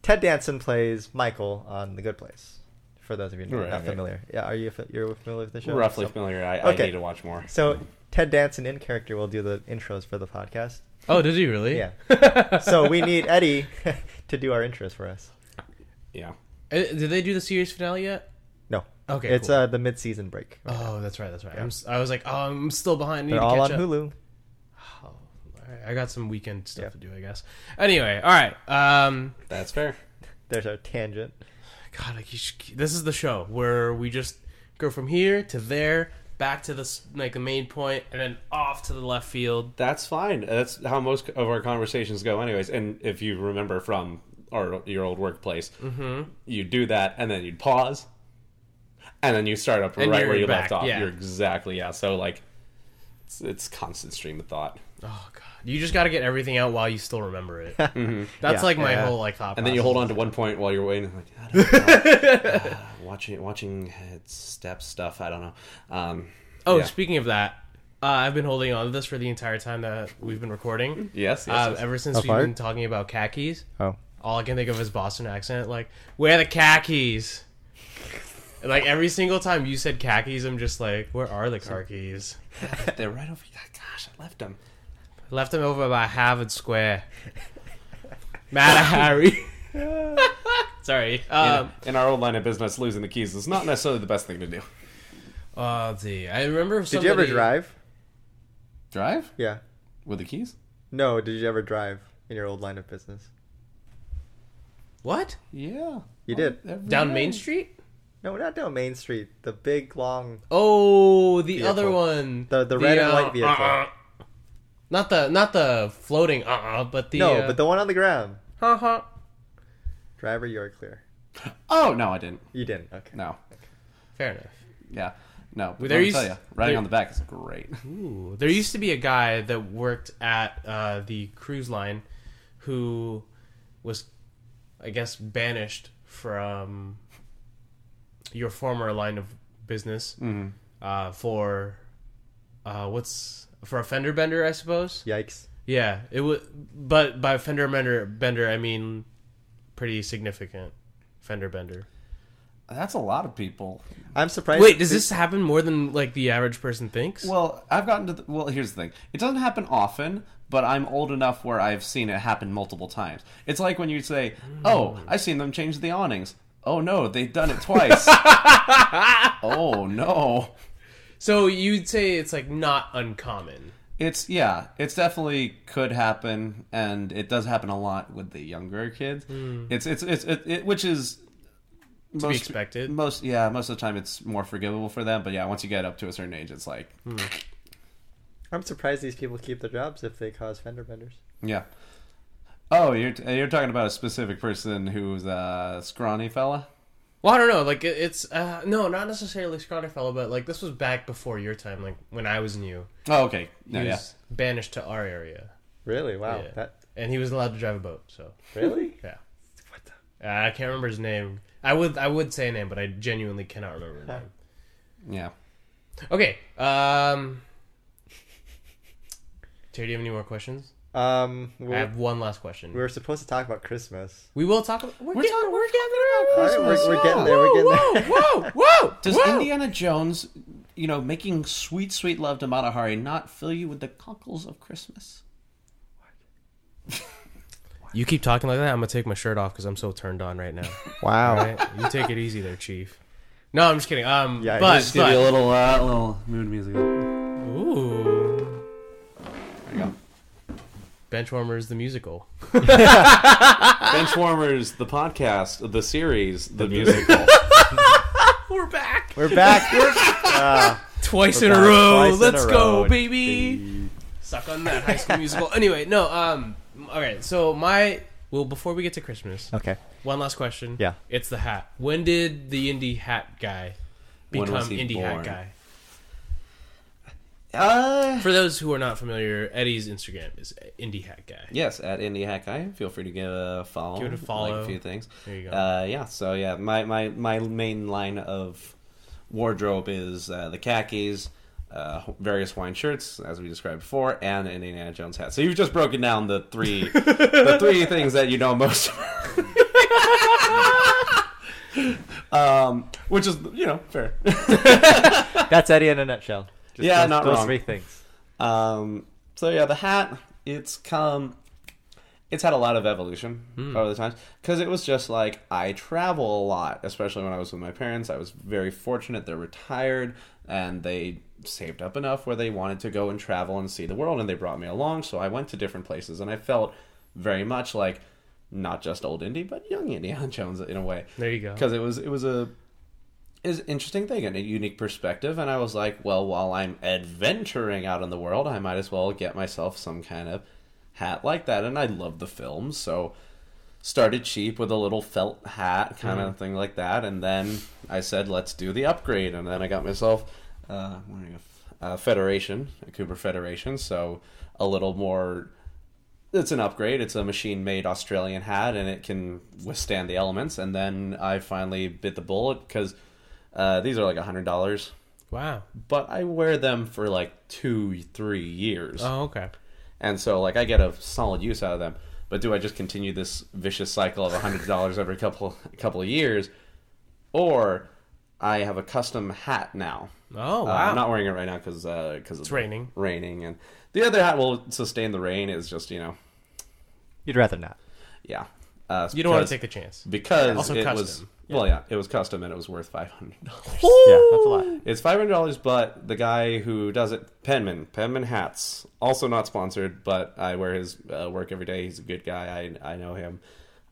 Ted Danson plays Michael on The Good Place for those of you not, Right, not right. familiar. Yeah, are you fa- you're familiar with the show? Roughly So, familiar. I, Okay. I need to watch more. so Ted Danson in character will do the intros for the podcast. Oh, did you really? Yeah. <laughs> so we need Eddie <laughs> to do our intros for us. Yeah. Uh, Did they do the series finale yet? No. Okay, It's cool. uh, the mid-season break. Oh, that's right. That's right. I'm s- i was like, oh, I'm still behind. I need They're to all on catch up. Hulu. Oh, alright, I got some weekend stuff Yeah. to do, I guess. Anyway, all right. Um, That's fair. There's our tangent. God, like you should, this is the show where we just go from here to there, back to this like the main point, and then off to the left field. That's fine. That's how most of our conversations go, anyways. And if you remember from our your old workplace, Mm-hmm. you do that, and then you'd pause, and then you start up And right you're where you back, left off. yeah. You're exactly yeah. So like, it's, it's constant stream of thought, Oh God, you just got to get everything out while you still remember <laughs> it. That's Yeah. like my Yeah. whole like thought. and then you process. hold on to one point while you're waiting. Like I don't know. <laughs> Uh, watching watching uh, step stuff. I don't know. Um, Oh, yeah. speaking of that, uh, I've been holding on to this for the entire time that we've been recording. yes, yes, Uh, yes. ever since A we've fart? been talking about khakis, Oh. all I can think of is Boston accent. Like, where are the khakis? Like every single time you said khakis, I'm just like, where are the khakis? they're right over. Gosh, I left them. Left them over by Harvard Square. Mad at Harry. <laughs> Sorry. Um, in our old line of business, losing the keys is not necessarily the best thing to do. oh, gee. I remember. Did you ever somebody- drive? Drive Yeah. with the keys. No, did you ever drive in your old line of business? What Yeah. You did. down Main Street? No, not down Main Street. The big long Oh, the Vehicle. other one. The- the red and uh, white vehicle. uh-uh. Not the not the floating uh uh but the No, uh, but the one on the ground. huh huh. Driver, you're clear. Oh no, I didn't. You didn't. Okay. No. Fair enough. Yeah. No. But there let me used- tell you, riding there- on the back is great. Ooh, there used to be a guy that worked at uh, the cruise line who was, I guess, banished from your former line of business uh, for uh, what's for a fender bender, I suppose. Yikes. Yeah, it was, but by fender bender, bender, I mean pretty significant fender bender. That's a lot of people. I'm surprised. Wait, does this happen more than like the average person thinks? Well, I've gotten to. The, well, here's the thing. It doesn't happen often, but I'm old enough where I've seen it happen multiple times. It's like when you say, Hmm. "Oh, I've seen them change the awnings." Oh no, they've done <laughs> it twice. oh no. so you'd say it's like not uncommon. It's yeah, it's definitely could happen, and it does happen a lot with the younger kids. It's it's it's it, it, which is most, Hmm. be expected. Most yeah, most of the time it's more forgivable for them. But yeah, once you get up to a certain age, it's like I'm surprised these people keep their jobs if they cause fender benders. yeah. Oh, you're you're talking about a specific person who's a scrawny fella. Well, I don't know. Like it, it's uh, no, not necessarily Scotty fellow, but like this was back before your time, like when I was new. Oh, okay. He No, yeah. was banished to our area, Really? Wow. Yeah. That and he was allowed to drive a boat. So really? <laughs> yeah, what the? uh, I can't remember his name. I would I would say a name, but I genuinely cannot remember his name. Yeah. Okay. Um, Terry, do you have any more questions? Um, we I were, have one last question. we were supposed to talk about Christmas. we will talk. About, we're, We're getting, talking- we're getting All there. right, we're, we're getting there. We're Whoa, getting there. whoa, whoa, <laughs> whoa! Does whoa. Indiana Jones, you know, making sweet, sweet love to Mata Hari not fill you with the cockles of Christmas? You keep talking like that. I'm gonna take my shirt off because I'm so turned on right now. Wow. All right, you take it easy there, Chief. No, I'm just kidding. Um, Yeah, but, just but- little, uh, little mood music. There ooh, you go. Benchwarmers the musical. Benchwarmers, the podcast, the series, the musical. We're back We're <laughs> back. Ah, twice We're in a back row. twice in Let's a go, row. baby. Suck on that High School <laughs> Musical. Anyway, no. Um, all right. So my well, before we get to Christmas, okay. one last question. Yeah. it's the hat. When did the indie hat guy When become was he indie hat born? guy? <laughs> uh, For those who are not familiar, Eddie's Instagram is indie hat guy. yes, at Indie Hack Guy. Feel free to give a follow. Give it a follow. Like a few things. There you go. Uh, yeah, so yeah, my, my, my main line of wardrobe is uh, the khakis, uh, various wine shirts, as we described before, and an Indiana Jones hat. So you've just broken down <laughs> the <laughs> three the three things that you know most. <laughs> um, which is you know fair. That's Eddie in a nutshell. Just Yeah, those, not those wrong. three things. Um, so yeah, the hat it's come, it's had a lot of evolution Hmm. over the times because it was just like I travel a lot, especially when I was with my parents. I was very fortunate; they're retired and they saved up enough where they wanted to go and travel and see the world, and they brought me along. So I went to different places, and I felt very much like not just old Indy, but young Indiana <laughs> Jones in a way. There you go. Because it was it was a is an interesting thing and a unique perspective. And I was like, well, while I'm adventuring out in the world, I might as well get myself some kind of hat like that. And I love the film, so started cheap with a little felt hat kind of thing like that. And then I said, let's do the upgrade. And then I got myself uh, I'm wearing a f- uh, Federation, a Cooper Federation, so a little more it's an upgrade. It's a machine made Australian hat and it can withstand the elements. And then I finally bit the bullet because uh, these are like $100, Wow. but I wear them for like two, three years. Oh, okay. And so, like, I get a solid use out of them. But do I just continue this vicious cycle of $100 every couple, <laughs> couple of years? Or I have a custom hat now. Oh, Uh, wow. I'm not wearing it right now because because it's raining. Raining, and the other hat will sustain the rain. Is just you know, You'd rather not. yeah. Uh, you don't want because- to take the chance. because Also it custom. was well, yeah, it was custom and it was worth five hundred <laughs> dollars. Yeah, that's a lot. It's five hundred dollars, but the guy who does it, Penman, Penman Hats, also not sponsored, but I wear his uh, work every day. He's a good guy. I I know him.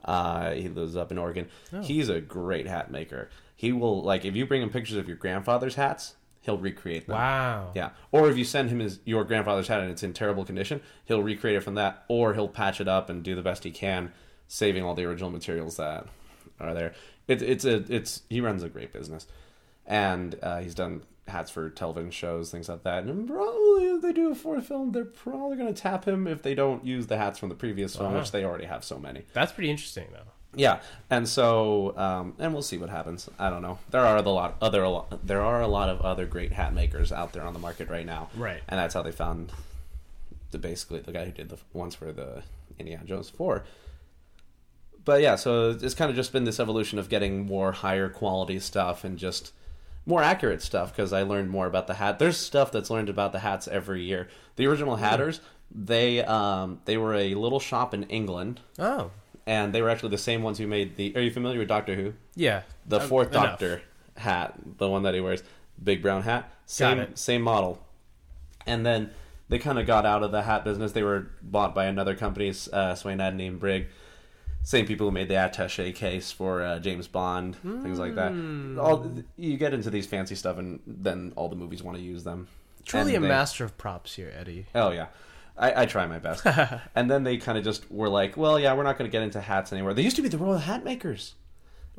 Uh, he lives up in Oregon. Oh. He's a great hat maker. He will like if you bring him pictures of your grandfather's hats, he'll recreate them. Wow. Yeah. Or if you send him his your grandfather's hat and it's in terrible condition, he'll recreate it from that, or he'll patch it up and do the best he can, saving all the original materials that are there. It's it's a it's he runs a great business, and uh, he's done hats for television shows, things like that. And probably if they do a fourth film, they're probably going to tap him if they don't use the hats from the previous film, which they already have so many. That's pretty interesting, though. Yeah, and so um, and we'll see what happens. I don't know. There are the lot other a lot- there are a lot of other great hat makers out there on the market right now. Right. and that's how they found the basically the guy who did the ones for the Indiana Jones four. But yeah, so it's kind of just been this evolution of getting more higher quality stuff and just more accurate stuff because I learned more about the hat. There's stuff that's learned about the hats every year. The original hatters, they um, they were a little shop in England Oh. and they were actually the same ones who made the. Are you familiar with Doctor Who? Yeah. The Um, Fourth enough. Doctor hat, the one that he wears, big brown hat, Got same it. same model. And then they kind of got out of the hat business. They were bought by another company, uh, Swain Adney and Brig. Same people who made the attaché case for uh, James Bond, things like that. Hmm. All you get into these fancy stuff, and then all the movies want to use them. Truly And a they- master of props here, Eddie. Oh yeah. I, I try my best. <laughs> and then they kind of just were like, well, yeah, we're not going to get into hats anymore. They used to be the Royal Hat Makers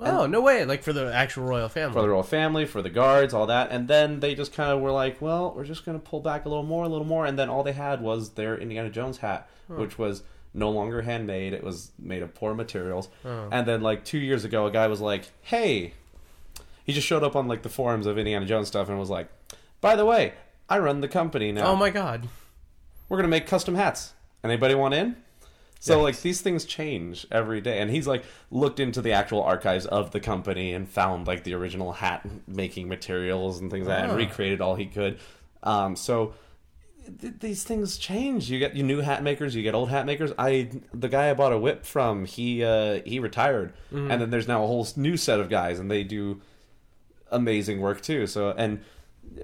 Oh, no way. Like for the actual royal family. for the royal family, for the guards, all that. And then they just kind of were like, well, we're just going to pull back a little more, a little more. And then all they had was their Indiana Jones hat, which was no longer handmade. It was made of poor materials. And then, like, two years ago, a guy was like, hey, he just showed up on, like, the forums of Indiana Jones stuff and was like, by the way, I run the company now. oh, my God. we're gonna make custom hats. Anybody want in? So like these things change every day, and he's like looked into the actual archives of the company and found like the original hat making materials and things like that, and recreated all he could. Um, so th- these things change. You get you new hat makers, you get old hat makers. I the guy I bought a whip from, he uh, he retired, and then there's now a whole s- new set of guys, and they do amazing work too. So and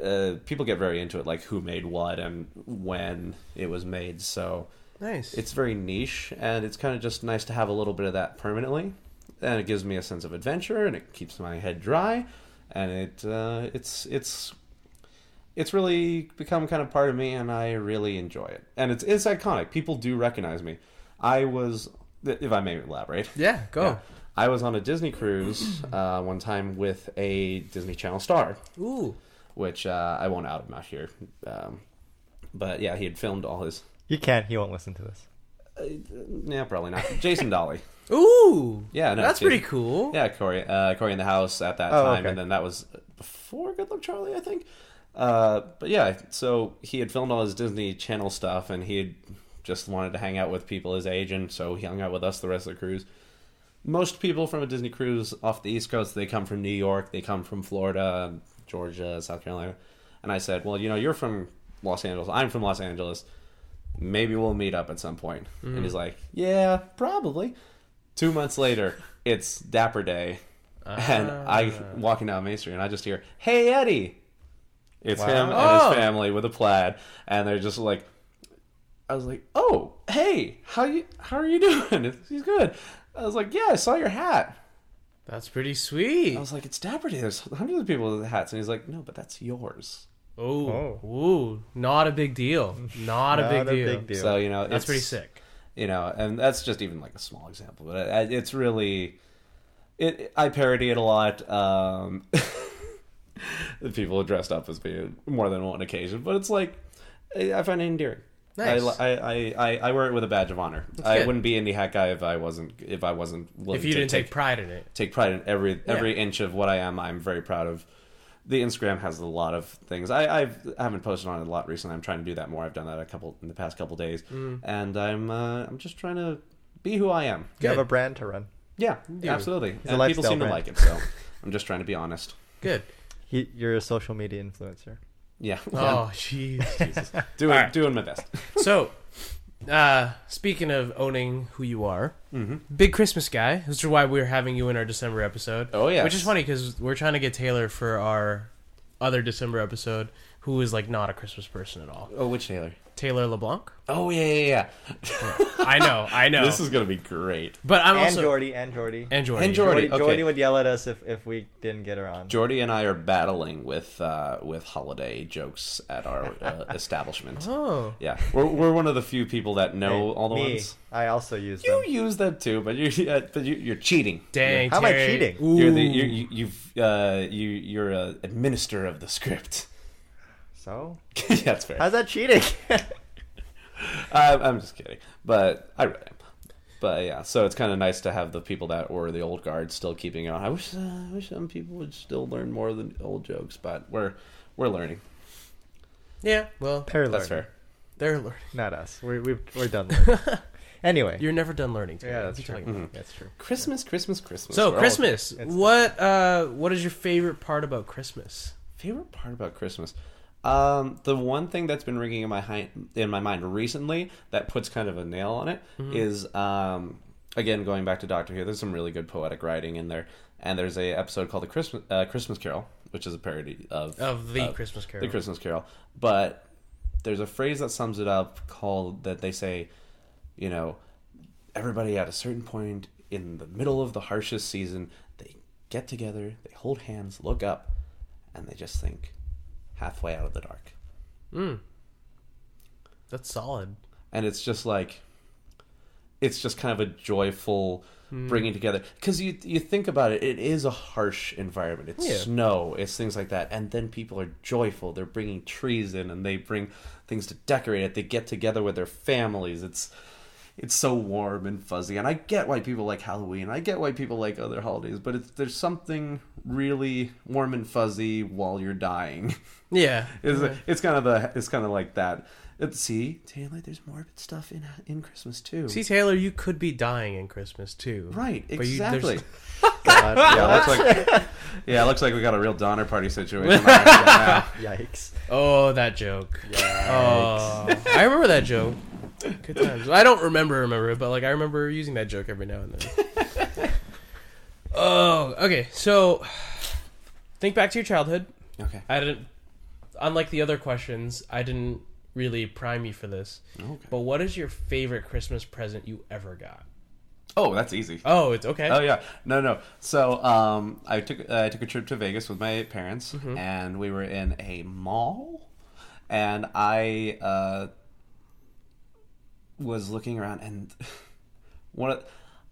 uh, people get very into it, like who made what and when it was made. So Nice. it's very niche, and it's kind of just nice to have a little bit of that permanently. And it gives me a sense of adventure, and it keeps my head dry, and it uh, it's it's it's really become kind of part of me, and I really enjoy it. And it's it's iconic. People do recognize me. I was, if I may elaborate. yeah, go. Yeah. <laughs> I was on a Disney cruise uh, one time with a Disney Channel star, Ooh. which uh, I won't out him out here. Um, but yeah, he had filmed all his. uh, You can't. He won't listen to this. Yeah, probably not. Jason Dolly. Ooh. Yeah, no, That's dude. pretty cool. Yeah, Corey. Uh, Corey in the house at that Oh, time, okay. and then that was before Good Luck Charlie, I think. Uh, but yeah, so he had filmed all his Disney Channel stuff, and he had just wanted to hang out with people his age, and so he hung out with us the rest of the cruise. most people from a Disney cruise off the East Coast, they come from New York, they come from Florida, Georgia, South Carolina. And I said, Well, you know, you're from Los Angeles. I'm from Los Angeles. Maybe we'll meet up at some point. And Mm-hmm. he's like, Yeah, probably. Two months later, it's Dapper Day. And I walking down Main Street and I just hear, Hey Eddie. It's him and Oh. his family with a plaid. And they're just like I was like, "Oh, hey, how you? How are you <laughs> doing?" He's good. I was like, "Yeah, I saw your hat." That's pretty sweet. I was like, "It's Dapper Day. There's hundreds of people with hats," and he's like, "No, but that's yours." Oh, ooh, not a big deal. Not, a, big, Not deal. So you know, That's it's- pretty sick. You know, and that's just even like a small example, but I- I- it's really, it. I parody it a lot. Um, <laughs> the people are dressed up as me on more than one occasion, but it's like I I find it endearing. Nice. I, I, I, I- I wear it with a badge of honor. I good. wouldn't be indie hat guy if I wasn't if I wasn't willing If you to didn't take take pride in it, take pride in every every inch of what I am. I'm very proud of. The Instagram has a lot of things. I I've, I haven't posted on it a lot recently. I'm trying to do that more. I've done that a couple in the past couple days, and I'm uh, I'm just trying to be who I am. You have Good. a brand to run. Yeah, absolutely. a And people lifestyle seem to brand. like it, so I'm just trying to be honest. good. He, you're a social media influencer. Yeah, Oh, <laughs> jeez. <laughs> doing All right. doing my best. so, uh, speaking of owning who you are, Mm-hmm. big Christmas guy. This is why we're having you in our December episode. Oh, yes. which is funny because we're trying to get Taylor for our other December episode, who is like not a Christmas person at all. Oh, which Taylor? Taylor LeBlanc. Oh yeah yeah yeah. I know, I know. <laughs> this is gonna be great. but I'm And also Jordy, and Jordy. and Jordy. And Jordy, Jordy, okay. Jordy would yell at us if, if we didn't get her on. Jordy and I are battling with uh, with holiday jokes at our uh, establishment. Oh, Yeah, <laughs> we're, we're one of the few people that know all the Me, ones. I also use You them. use them too, but you yeah, but you, you're cheating. dang! How am I Terry. cheating? Ooh. You're the you're, you, you've uh, you you're a administrator of the script. <laughs> So yeah, that's fair. how's that cheating? <laughs> I, I'm just kidding, but I really am. But yeah, so it's kind of nice to have the people that were the old guard still keeping on. I wish uh, I wish some people would still learn more than old jokes, but we're we're learning. yeah. Well, They're That's learning, fair. they're learning. Not us. We're we've, we're done. learning. anyway, You're never done learning. Taylor. yeah, that's Keep true. talking. That's true. Christmas, Christmas, Christmas. So Mm-hmm. We're all- Christmas. What uh what is your favorite part about Christmas? Favorite part about Christmas? Um, the one thing that's been ringing in my hi- in my mind recently that puts kind of a nail on it is um, again going back to Doctor Who. There's some really good poetic writing in there, and there's a episode called the Christmas uh, Christmas Carol, which is a parody of Of the Christmas Carol. Uh, the Christmas Carol. But there's a phrase that sums it up called that they say, you know, everybody at a certain point in the middle of the harshest season, they get together, they hold hands, look up, and they just think halfway out of the dark. That's solid. And it's just like it's just kind of a joyful bringing together because you you think about it it is a harsh environment it's Yeah. snow it's things like that and then people are joyful they're bringing trees in and they bring things to decorate it they get together with their families it's it's so warm and fuzzy and i get why people like halloween i get why people like other holidays but it's, there's something really warm and fuzzy while you're dying <laughs> Yeah. it's, it's kind of the it's kind of like that It- see taylor there's morbid stuff in in christmas too See Taylor, you could be dying in Christmas too. Right, But you- there's- exactly. God, <laughs> yeah, looks like <laughs> yeah, looks like we got a real Donner Party situation. <laughs> yeah, yikes. Oh, that joke. Oh, I remember that joke. Good times. I don't remember remember it, but like I remember using that joke every now and then. <laughs> oh, okay. So think back to your childhood. Okay. I didn't unlike the other questions, I didn't really prime you for this. Okay. But what is your favorite Christmas present you ever got? Oh, that's easy. Oh, it's okay. Oh yeah, no, no. So um, I took I took a trip to Vegas with my parents, and we were in a mall, and I uh, was looking around, and one of,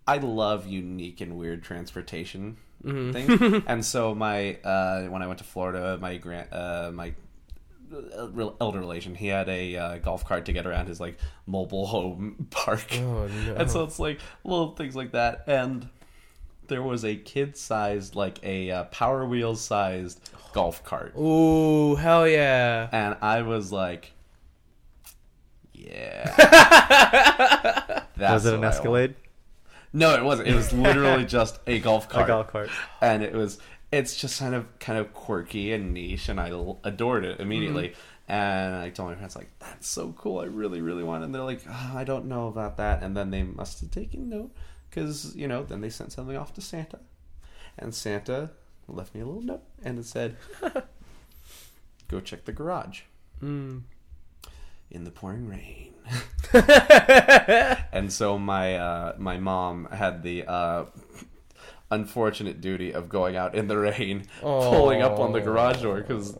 I love unique and weird transportation things, and so my uh, when I went to Florida, my grand uh, my uh, real elder relation. He had a uh, golf cart to get around his like mobile home <laughs> park, and so it's like little things like that. And there was a kid sized, like a uh, Power Wheels sized golf cart, Ooh, hell yeah. and I was like, yeah. That's Was it an what I want. Escalade? No, it wasn't. It <laughs> was literally just a golf cart. A golf cart. and it was it's just kind of kind of quirky and niche and i l- adored it immediately Mm-hmm. and i told my parents like that's so cool i really really want it and they're like "Ah, i don't know about that and then they must have taken note because you know then they sent something off to santa and santa left me a little note and <laughs> it said go check the garage Mm. in the pouring rain and so my uh, my mom had the uh, unfortunate duty of going out in the rain, <laughs> pulling up on the garage door because.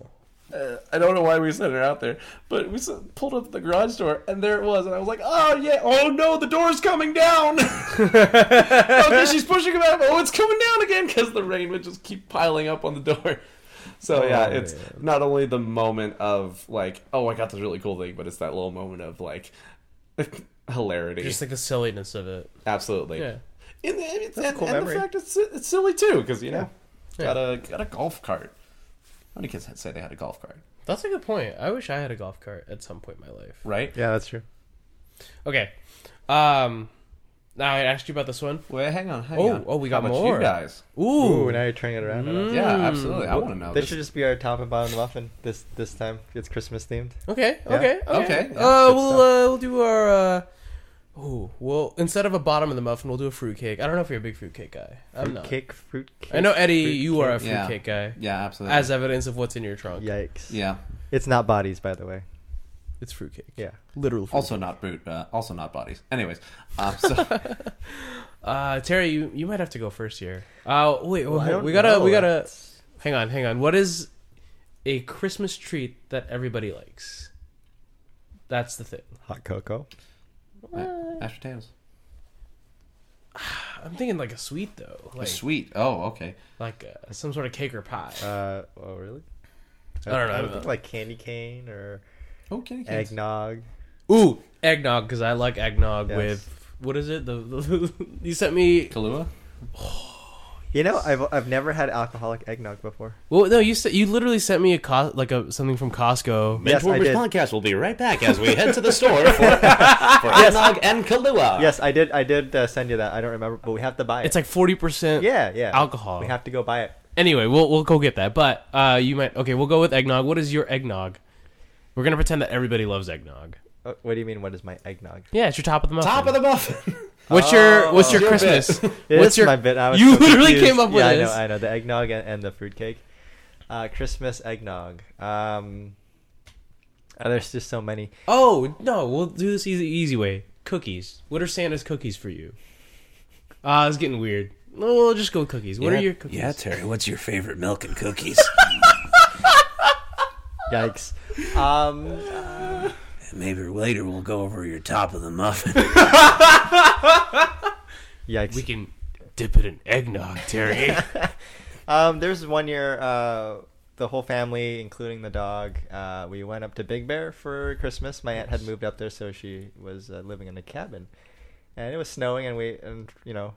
Uh, I don't know why we sent her out there, but we s- pulled up the garage door and there it was, and I was like, "Oh yeah, oh no, the door's coming down." <laughs> okay, she's pushing it back. Oh, it's coming down again because the rain would just keep piling up on the door. <laughs> So yeah, it's not only the moment of like, "Oh, I got this really cool thing," but it's that little moment of like <laughs> hilarity. Just like the silliness of it. Absolutely. Yeah. And, the- and, and, cool and the memory. fact it's, it's silly too, because you know, Yeah. got a got a golf cart. How many kids had- say they had a golf cart? That's a good point. I wish I had a golf cart at some point in my life. Right. Yeah, that's true. Okay. Um now I asked you about this one. Well, hang on. Hang Oh, on. oh, we got How about more. you guys. Ooh. Ooh, now you're turning it around. on us. Hmm. Yeah, absolutely. I want to know. This this. should just be our top and bottom muffin this this time. It's Christmas themed. Okay, okay, okay. Okay, yeah, uh, good we'll stuff. uh, we'll do our. Uh, ooh, well, instead of a bottom of the muffin, we'll do a fruitcake. I don't know if you're a big fruitcake guy. I'm not. Cake, fruit cake. I know Eddie, you are a Yeah. fruitcake guy, Yeah, absolutely. as evidence of what's in your trunk. Yikes. yeah. It's not bodies, by the way. it's fruitcake. Yeah. literal. Fruit. Also not boot. Uh, also not bodies. Anyways, um, <laughs> so <laughs> Uh, Terry, you, you might have to go first here. Uh, wait, I wait don't we gotta we know. gotta. Hang on, hang on. What is a Christmas treat that everybody likes? That's the thing. Hot cocoa. uh, mashed potatoes. I'm thinking like a sweet though, like Sweet. Oh, okay. like uh, some sort of cake or pie. Uh, oh, really? I don't know. would think like candy cane or Okay. kids. eggnog. Ooh, eggnog because I like eggnog Yes. with what is it? The, the <laughs> you sent me. Kahlua. You know, I've I've never had alcoholic eggnog before. Well, no, you said you literally sent me a co- like a something from Costco. Yes, I Mentor did. podcast will be right back as we head to the store for, <laughs> for eggnog and Kahlua. Yes, I did. I did uh, send you that. I don't remember, but we have to buy it. Ah. It's like forty percent. yeah, yeah. alcohol. We have to go buy it. Anyway, we'll we'll go get that. But uh, you might okay. We'll go with eggnog. What is your eggnog? We're gonna pretend that everybody loves eggnog. Uh, What do you mean? What is my eggnog? Yeah, it's your top of the muffin. Top of the muffin. what's your what's your your Christmas? It what's is your my bit? I was you so <laughs> literally confused. came up with yeah, this. I know. I know the eggnog and, and the fruitcake. Uh, Christmas eggnog. Um, uh, there's just so many. Oh no, we'll do this easy easy way. Cookies. What are Santa's cookies for you? Ah, it's getting weird. No, we'll just go with cookies. What are your cookies? Yeah, Terry, what's your favorite milk and <laughs> cookies? Yikes. Um, Maybe later we'll go over your top of the muffin. yikes. <laughs> We can dip it in eggnog, Terry. Um, there's one year, uh, the whole family, including the dog, uh, we went up to Big Bear for Christmas. My aunt had moved up there, so she was uh, living in a cabin, and it was snowing, and we, and you know,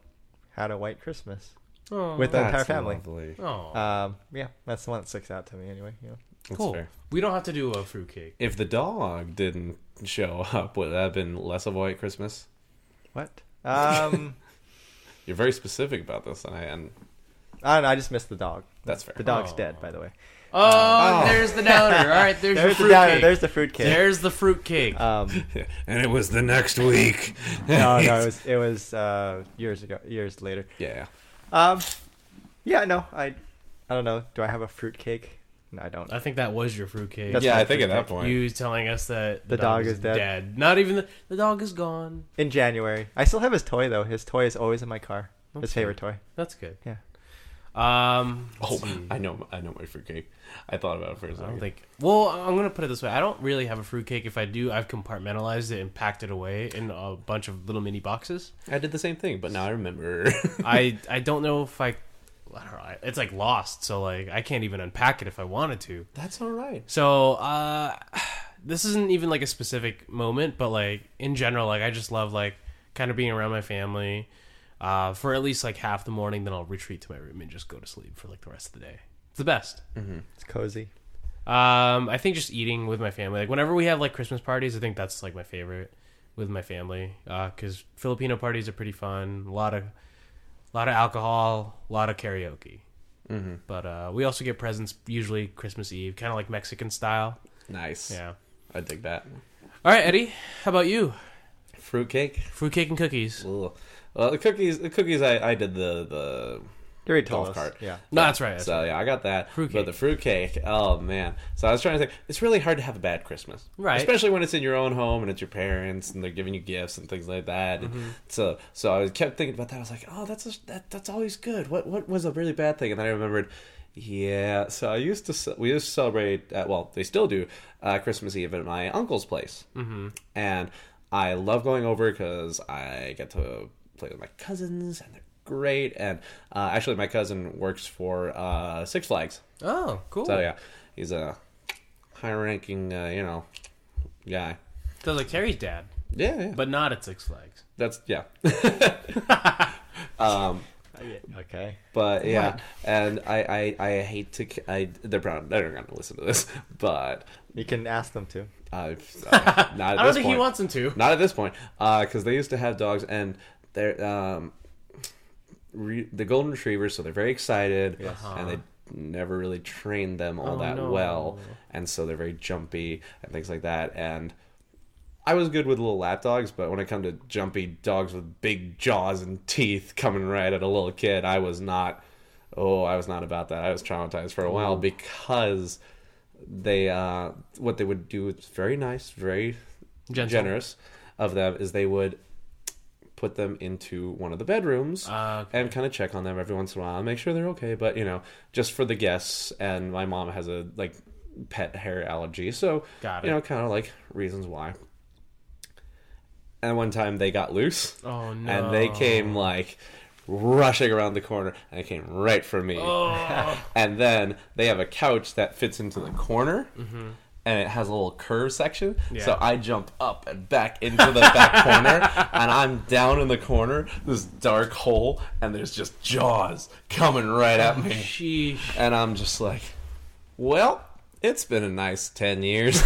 had a white Christmas Oh, with the entire family. Oh, Aw, Um, yeah, that's the one that sticks out to me, anyway. You know. cool. fair. We don't have to do a fruitcake. If the dog didn't show <laughs> up, would that have been less of a white Christmas? What? <laughs> Um, You're very specific about this, and I and I don't know. I just missed the dog. that's fair. The <laughs> dog's dead, by the way. Oh, there's the downer. All right, there's, There's your the downer. fruitcake. There's the fruitcake. There's the fruitcake. Um, and it was the next <laughs> week. no, no, it was it was uh, years ago, years later. <laughs> Yeah. Um, yeah, no, I, I don't know. Do I have a fruitcake? No, I don't. I think that was your fruitcake. That's- yeah, my I think at feedback. that point. you telling us that The dog is dead. Not even the, the dog is gone. In January, I still have his toy though. His toy is always in my car. His favorite toy. That's good. Yeah. Um, <laughs> oh, I know, I know my fruitcake. I thought about it for a I second. don't think. Well, I'm gonna put it this way: I don't really have a fruitcake. If I do, I've compartmentalized it and packed it away in a bunch of little mini boxes. I did the same thing, but now I remember. <laughs> I I don't know if I. I don't know. It's like lost, so like I can't even unpack it if I wanted to. That's all right. So uh, <sighs> this isn't even like a specific moment, but like in general, like I just love like kind of being around my family uh, for at least like half the morning. Then I'll retreat to my room and just go to sleep for like the rest of the day. It's the best. It's cozy. Um, I think just eating with my family. Like whenever we have like Christmas parties, I think that's like my favorite. with my family because Filipino parties are pretty fun. A lot of, lot of alcohol, a lot of karaoke. Mm-hmm. But uh, we also get presents usually Christmas Eve, kind of like Mexican style. Nice. Yeah. I dig that. All right, Eddie. How about you? Fruitcake. Fruitcake and cookies. Ugh. Well, the cookies. The cookies. I, I did the the Very tall. Golf cart. Yeah. No, that's right. That's So yeah, I got that. Fruitcake. But the fruitcake, oh man. So I was trying to think. It's really hard to have a bad Christmas, Right. Especially when it's in your own home and it's your parents and they're giving you gifts and things like that. And so so I was kept thinking about that. I was like, oh, that's a, that that's always good. What what was a really bad thing? And then I remembered. Yeah, so I used to ce- we used to celebrate. Uh, well, they still do uh, Christmas Eve at my uncle's place, mm-hmm. and I love going over because I get to play with my cousins, and they're great. And uh, actually, my cousin works for uh, Six Flags, Oh, cool. so yeah, he's a high-ranking, uh, you know, guy. So like Terry's dad, Yeah, yeah, but not at Six Flags. that's yeah. <laughs> Okay. But yeah, and I, I I hate to c- I they're proud. They're not gonna listen to this, but You can ask them to. I've <laughs> uh, not. At I don't this think point. he wants him to. Not at this point, because they used to have dogs, and they're um, re- the golden retrievers, so they're very excited, and they never really trained them all Uh-huh. Oh, that no. well, and so they're very jumpy and things like that. And I was good with little lap dogs, but when it come to jumpy dogs with big jaws and teeth coming right at a little kid, I was not. Oh, I was not about that. I was traumatized for a Mm. while because they uh, what they would do is very nice, very Gentle. generous of them is they would put them into one of the bedrooms Ah, okay. and kind of check on them every once in a while and make sure they're okay. But you know, just for the guests. And my mom has a like pet hair allergy, so Got you it. know, kind of like reasons why. And one time they got loose. Oh, no. And they came like rushing around the corner and it came right for me. Oh, <laughs> and then they have a couch that fits into the corner. And it has a little curve section, so Mm-hmm. Yeah. I jump up and back into the <laughs> back corner, and I'm down in the corner, this dark hole, and there's just jaws coming right at <laughs> me, Sheesh. and I'm just like, "Well, it's been a nice ten <laughs> years."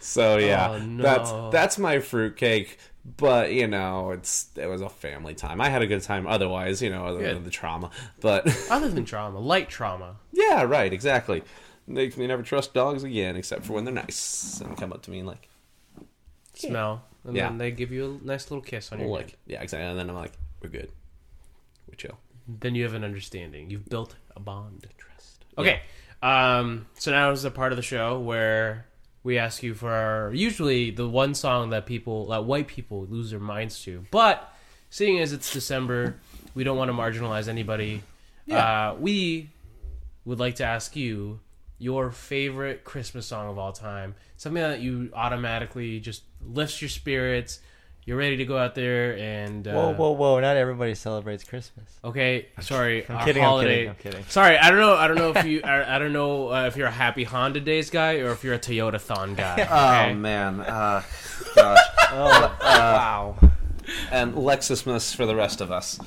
so yeah, Oh, no. that's that's my fruitcake. But you know, it's it was a family time. I had a good time. Otherwise, you know, other Good. than the trauma. But <laughs> Other than trauma, light trauma. yeah, right, exactly. They can never trust dogs again, except for when they're nice and come up to me and like, smell, and Yeah. then they give you a nice little kiss on your look, neck. yeah, exactly. And then I'm like, we're good, we chill. Then you have an understanding. You've built a bond, trust. Okay, um, so now is the part of the show where we ask you for our, usually the one song that people, that white people lose their minds to. But seeing as it's December, we don't want to marginalize anybody. Uh, we would like to ask you your favorite Christmas song of all time. Something that you automatically just lifts your spirits. You're ready to go out there and uh, Whoa, whoa, whoa! Not everybody celebrates Christmas. Okay, sorry. our kidding, I'm holiday. kidding, I'm kidding. Sorry, I don't know. I don't know if you. <laughs> I, I don't know uh, if you're a happy Honda days guy or if you're a Toyota Thon guy. Um, okay? Oh, man, uh, Wow. and Lexismas for the rest of <laughs> us.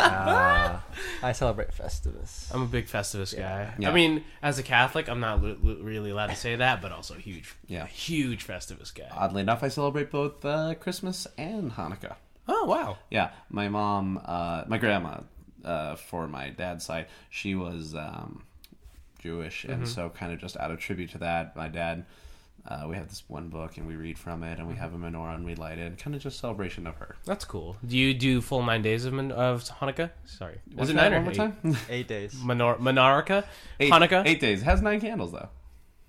I celebrate Festivus. I'm a big Festivus guy. Yeah. I mean, as a Catholic, I'm not lu- lu- really allowed to say that, but also huge, Yeah. huge Festivus guy. Oddly enough, I celebrate both uh, Christmas and Hanukkah. oh wow, Yeah, my mom, uh, my grandma, uh, for my dad's side, she was um, Jewish, Mm-hmm. and so kind of just out of tribute to that, my dad, uh, we have this one book and we read from it, and Mm-hmm. we have a menorah and we light it, and kind of just celebration of her. that's cool. Do you do full nine days of, Min- of Hanukkah? Sorry, What's is it that nine or one more eight? time? Um, Eight days. Minor- Menorca, Eight- Hanukkah. Eight days. It has nine candles though.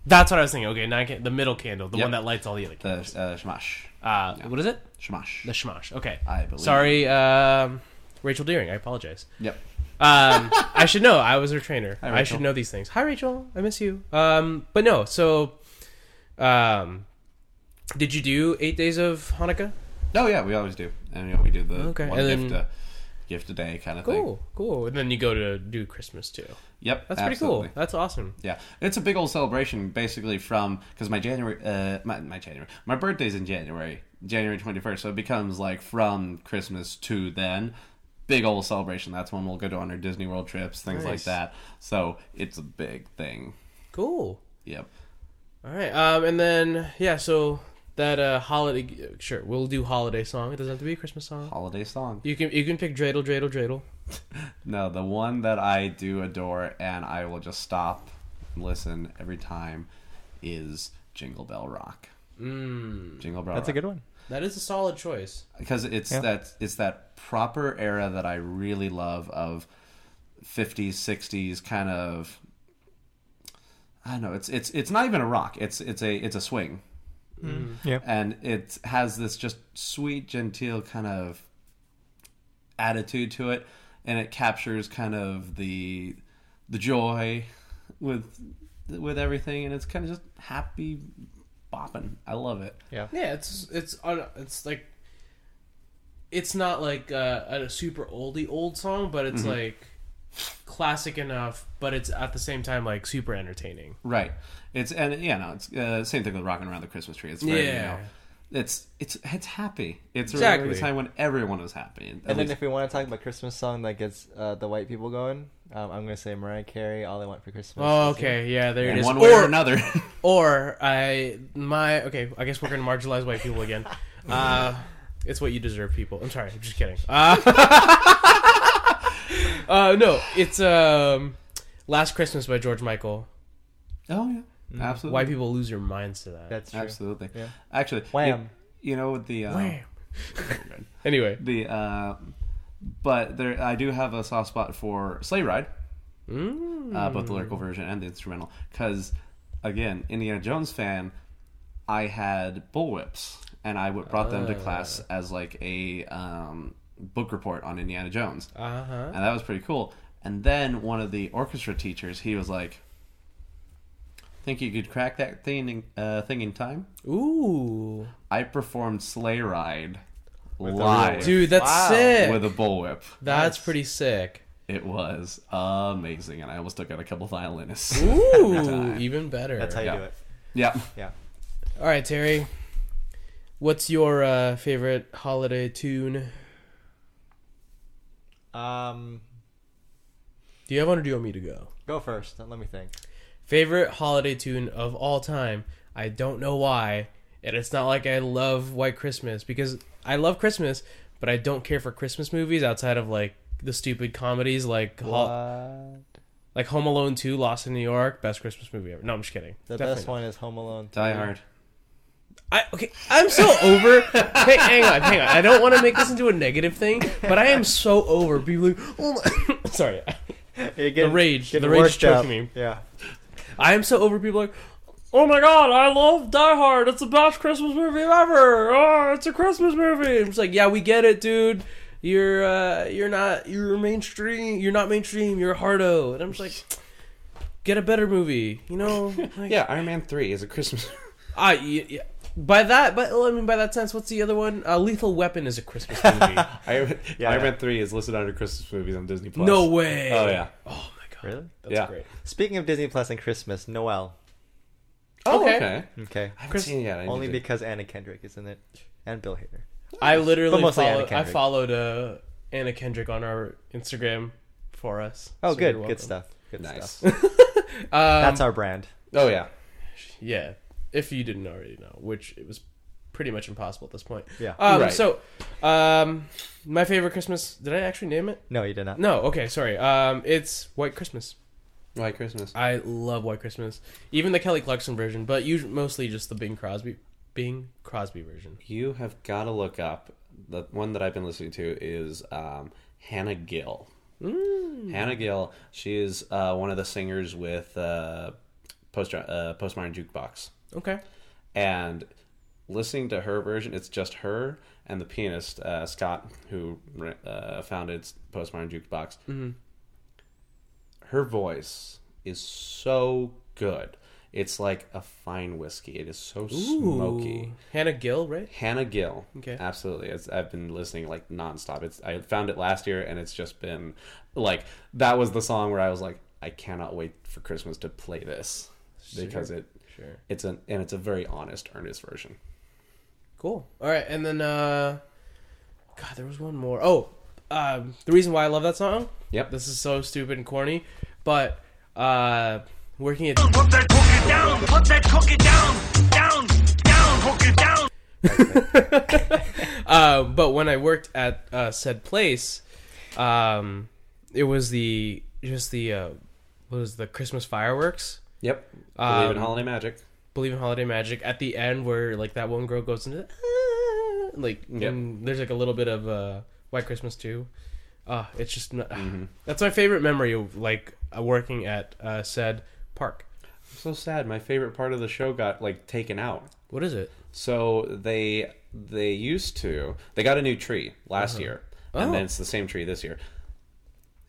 That's what I was thinking. Okay, nine. Can- the middle candle, the Yep. one that lights all the other. The Candles. uh, shamash, Uh, What is it? shamash. The Shmash. Okay. I believe. Sorry, um, Rachel Deering. I apologize. Yep. <laughs> Um, I should know. I was her trainer. I Rachel. should know these things. Hi, Rachel. I miss you. Um, but no. So, um, did you do eight days of Hanukkah? Oh yeah, we always do, and you know, we do the Okay, one and gift, then- a, gift a day kind of thing. Cool, cool. And then you go to do Christmas too. Yep, That's absolutely. pretty cool. That's awesome. Yeah, it's a big old celebration, basically from because my January, uh, my, my January, my birthday's in January, January twenty first, so it becomes like from Christmas to then, big old celebration. That's when we'll go on our Disney World trips, things like Nice. that. So it's a big thing. Cool. Yep. All right. Um, and then yeah, so that uh holiday sure we'll do holiday song. It doesn't have to be a Christmas song. Holiday song. You can you can pick dreidel dreidel dreidel. No, the one that I do adore and I will just stop and listen every time is Jingle Bell Rock. Mm. Jingle Bell That's a Rock. good one. That is a solid choice. because it's Yeah. that it's that proper era that I really love of 50s 60s kind of I don't know it's it's it's not even a rock it's it's a it's a swing Yeah. and it has this just sweet genteel kind of attitude to it and it captures kind of the the joy with with everything and it's kind of just happy bopping I love it Yeah. Yeah, it's it's on it's like it's not like uh, a super oldie old song, but Mm-hmm. it's like classic enough, but it's at the same time like super entertaining. Right. It's and yeah, no, it's uh, same thing with rocking around the Christmas tree. It's very, Yeah. you know, it's it's it's happy. It's Exactly. a time when everyone was happy. at And then least- if we want to talk about Christmas song that gets uh, the white people going, um, I'm gonna say Mariah Carey, "All I Want for Christmas." Oh, Is You. okay, yeah, there it in is. one way or, Or- another, <laughs> Or I my okay, I guess we're gonna marginalize white people <laughs> again. Uh, it's what you deserve, people. I'm sorry, I'm just <laughs> kidding. Uh, <laughs> uh, no, it's um, Last Christmas by George Michael. oh yeah, absolutely, Why people lose their minds to that? That's true. absolutely, Yeah. actually, Wham. You, you know what the uh, <laughs> Wham. anyway, the uh, but there I do have a soft spot for Sleigh Ride, Mm. uh, both the lyrical version and the instrumental, because again, Indiana Jones fan, I had bullwhips and I would brought them to Ah. class as like a um, book report on Indiana Jones, uh Uh-huh. huh. and that was pretty cool. And then one of the orchestra teachers, he was like. Think you could crack that thing in, uh, thing in time? Ooh, I performed Sleigh Ride live dude, that's Wow. sick. with a bullwhip. that's pretty sick. It was amazing, and I almost took out a couple violinists. Ooh, even better. That's how you Yeah. do it. yeah, Yeah. All right, Terry. What's your uh, favorite holiday tune? Um, Do you have one, or do you want me to go? go first. Let me think. Favorite holiday tune of all time. I don't know why, and it's not like I love White Christmas because I love Christmas, but I don't care for Christmas movies outside of like the stupid comedies like Ho- Uh, like Home Alone Two, Lost in New York, best Christmas movie ever. No, I'm just kidding. the Definitely best not. one is Home Alone. Die Hard. I okay. I'm so over. hey, hang on, hang on. I don't want to make this into a negative thing, but I am so over people. Like, oh my, <coughs> sorry. You're getting- rage. getting The rage worked up. choking me. Yeah. I am so over people like, oh my god, I love Die Hard. It's the best Christmas movie ever. Oh, it's a Christmas movie. I'm just like, yeah, we get it, dude. You're uh, you're not you're mainstream. You're not mainstream. You're hardo. And I'm just like, get a better movie. You know? <laughs> Like, Yeah, Iron Man Three is a Christmas. <laughs> I y- y- by that, but I mean by that sense, what's the other one? Uh, Lethal Weapon is a Christmas movie. Iron, Yeah, Iron yeah. Man Three is listed under Christmas movies on Disney Plus. no way. Oh yeah. Oh my god. Really? That's Yeah. great. Speaking of Disney Plus and Christmas, Noel. Oh Okay. Okay. I haven't seen it yet. I Only need to- because Anna Kendrick is in it, and Bill Hader. I literally But mostly Anna followed, I Kendrick. followed uh, Anna Kendrick on our Instagram for us. Oh, so you're good. welcome. Good stuff. Good Nice. <laughs> stuff. That's our brand. oh yeah. Yeah, if you didn't already know, which it was pretty much impossible at this point. Yeah. Um, Right. So, um, my favorite Christmas. Did I actually name it? No, you did not. No. Okay. Sorry. Um, it's White Christmas. White Christmas. I love White Christmas, even the Kelly Clarkson version, but usually mostly just the Bing Crosby, Bing Crosby version. You have got to look up the one that I've been listening to is um, Hannah Gill. Mm. Hannah Gill. She is uh, one of the singers with uh, post uh, postmodern jukebox, Okay. and listening to her version, it's just her and the pianist uh, Scott, who uh, founded postmodern jukebox. Her voice is so good. It's like a fine whiskey. It is so smoky. Ooh. Hannah Gill, right? Hannah Gill. Okay. Absolutely. It's, I've been listening like nonstop. It's I found it last year and it's just been like that was the song where I was like, I cannot wait for Christmas to play this. Because it Sure. it's an and it's a very honest, earnest version. Cool. All right, and then uh, God, there was one more. Oh, um, the reason why I love that song. Yep. This is so stupid and corny, but uh, working at Put that cookie down. Put that cookie down. Down. Down. Cookie down. uh, but when I worked at uh, said place, um, it was the just the uh, what was the Christmas fireworks. Yep. Believe in Um, holiday magic. Believe in holiday magic at the end where like that one girl goes into "Ah," like Yep. and there's like a little bit of uh, White Christmas too. Uh, it's just not, that's my favorite memory of like uh, working at uh, said park. so sad. My favorite part of the show got like taken out. What is it? So they they used to they got a new tree last year, and then Oh. it's the same tree this year.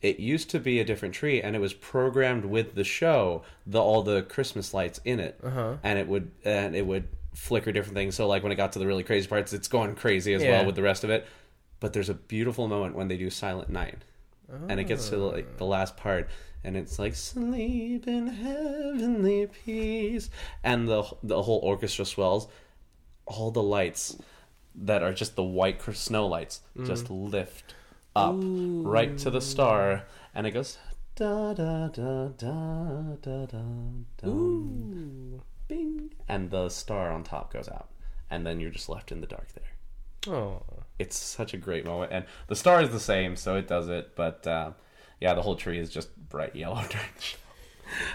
It used to be a different tree, and it was programmed with the show, the all the Christmas lights in it, Uh-huh. and it would and it would flicker different things. So like when it got to the really crazy parts, it's going crazy as Yeah. well with the rest of it. But there's a beautiful moment when they do Silent Night, and it gets to Ah. like the last part, and it's like sleep in heavenly peace, and the the whole orchestra swells, all the lights that are just the white cr- snow lights just lift up right to the star, and it goes da da da da da da dum, bing, and the star on top goes out, and then you're just left in the dark there. Oh, It's such a great moment, and the star is the same, so it does it. But uh, yeah, the whole tree is just bright yellow during the show.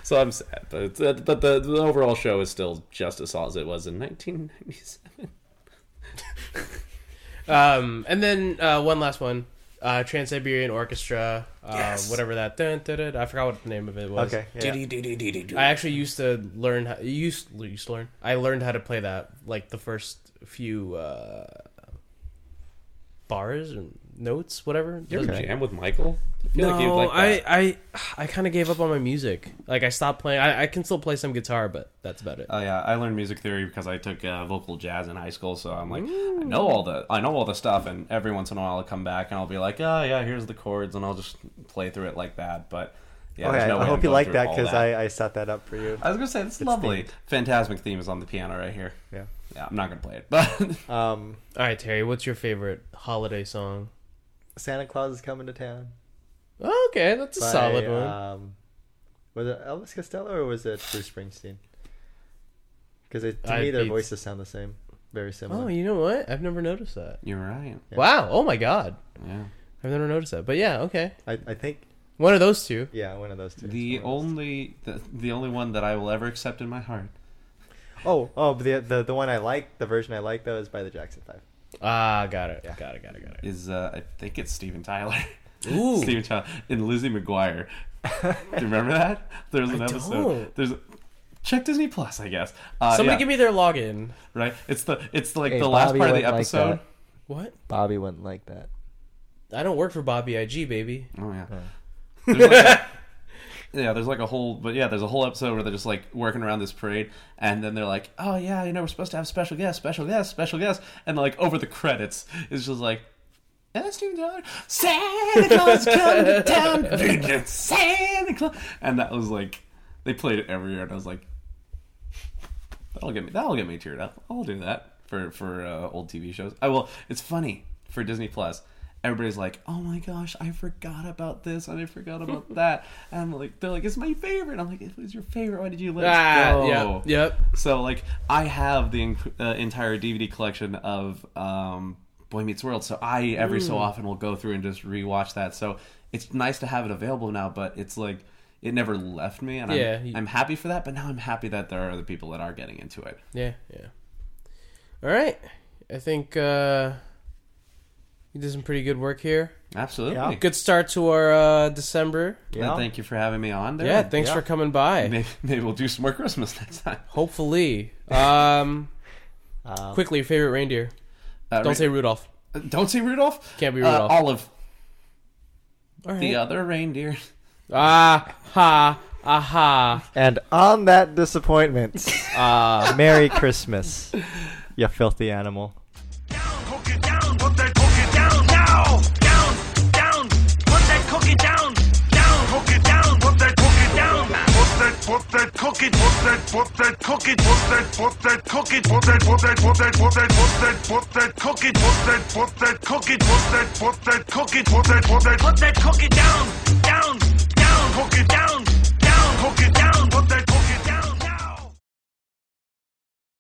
So I'm sad, but it's, uh, but the, the overall show is still just as solid as it was in 1997. Um, and then uh, one last one, uh, Trans Siberian Orchestra, uh, whatever that. Dun, dun, dun, I forgot what the name of it was. Okay. Yeah. I actually used to learn. How, used used to learn. I learned how to play that like the first few uh, bars and notes, whatever. You ever Doesn't- jam with Michael? I feel like you'd No, like I, that. I I kind of gave up on my music. Like I stopped playing. I, I can still play some guitar, but that's about it. Oh yeah, I learned music theory because I took uh, vocal jazz in high school, so I'm like, I know all the, I know all the stuff, and every once in a while I'll come back and I'll be like, oh yeah, here's the chords, and I'll just play through it like that. But yeah, Okay, there's no Oh, way I I'm hope you going like through that all because I, I set that up for you. I was gonna say it's, lovely. Phantasmic theme is on the piano right here. Yeah. Yeah, I'm not gonna play it, <laughs> but Um, All right, Terry, what's your favorite holiday song? Santa Claus is coming to town. Oh, okay, that's a by, solid one. Um, was it Elvis Costello or was it Bruce Springsteen? Because to I'd me, their be- voices sound the same, very similar. Oh, you know what? I've never noticed that. you're right. Wow. Oh my god. Yeah. I've never noticed that. But yeah, okay. I, I think One of those two. yeah, one of those two. One The of those. only, the, the only one that I will ever accept in my heart. oh oh but the, the the one I like the version I like though is by the Jackson Five. Ah, got it. Got it. Got it. Got it. is uh, I think it's Steven Tyler. <laughs> Ooh. Steven Tyler and <laughs> Lizzie McGuire. Do you remember that? There's an I episode. don't. There's check Disney Plus, I guess. Uh, Somebody yeah, give me their login. right. It's the it's like Hey, the last Bobby part of the wouldn't like episode. What? Bobby wouldn't like that. I don't work for Bobby IG, baby. oh yeah. There's like a- <laughs> yeah, there's like a whole, but yeah, there's a whole episode where they're just like working around this parade, and then they're like, "Oh yeah, you know, we're supposed to have special guests, special guests, special guests," and like over the credits, it's just like, "And that's Steven Tyler, Santa Claus is coming to town, Santa Claus," and that was like, they played it every year, and I was like, "That'll get me, that'll get me teared up. I'll do that for for uh, old TV shows. I will. It's funny for Disney Plus." Everybody's like, "Oh my gosh, I forgot about this and I forgot about that," and I'm like, "They're like, it's my favorite." I'm like, "It was your favorite. Why did you let it go?" Ah, yep. Yep. So like I have the en- uh, entire DVD collection of um, Boy Meets World, so I every Mm. so often will go through and just rewatch that. So it's nice to have it available now, but it's like it never left me, and Yeah, I'm, you- I'm happy for that. But now I'm happy that there are other people that are getting into it. Yeah. Yeah. All right. I think uh, you did some pretty good work here. Absolutely. Yeah. Good start to our uh, December. And thank you for having me on. There. Yeah. Thanks yeah. for coming by. Maybe, maybe we'll do some more Christmas <laughs> next time. <laughs> Hopefully. Um, Um, quickly, your favorite reindeer. Uh, Don't say Rudolph. don't say Rudolph. Can't be Uh, Rudolph. Olive, All right. the other reindeer. Ah ha aha. And on that disappointment, uh, Merry Christmas, you filthy animal. Down. Cookie down. Put that cookie down now. Down. Down. Put that cookie down. Down. Cookie down. Put that cookie down. Put that. Put that cookie. Put that. Put that cookie. Put that. Put that cookie. Put that. Put that. Put that. Put that. Put that. Put that cookie. Put that. Put that cookie. Put that. Put that cookie. Put that. Put that. Put that cookie down. Down. Down. Cookie down.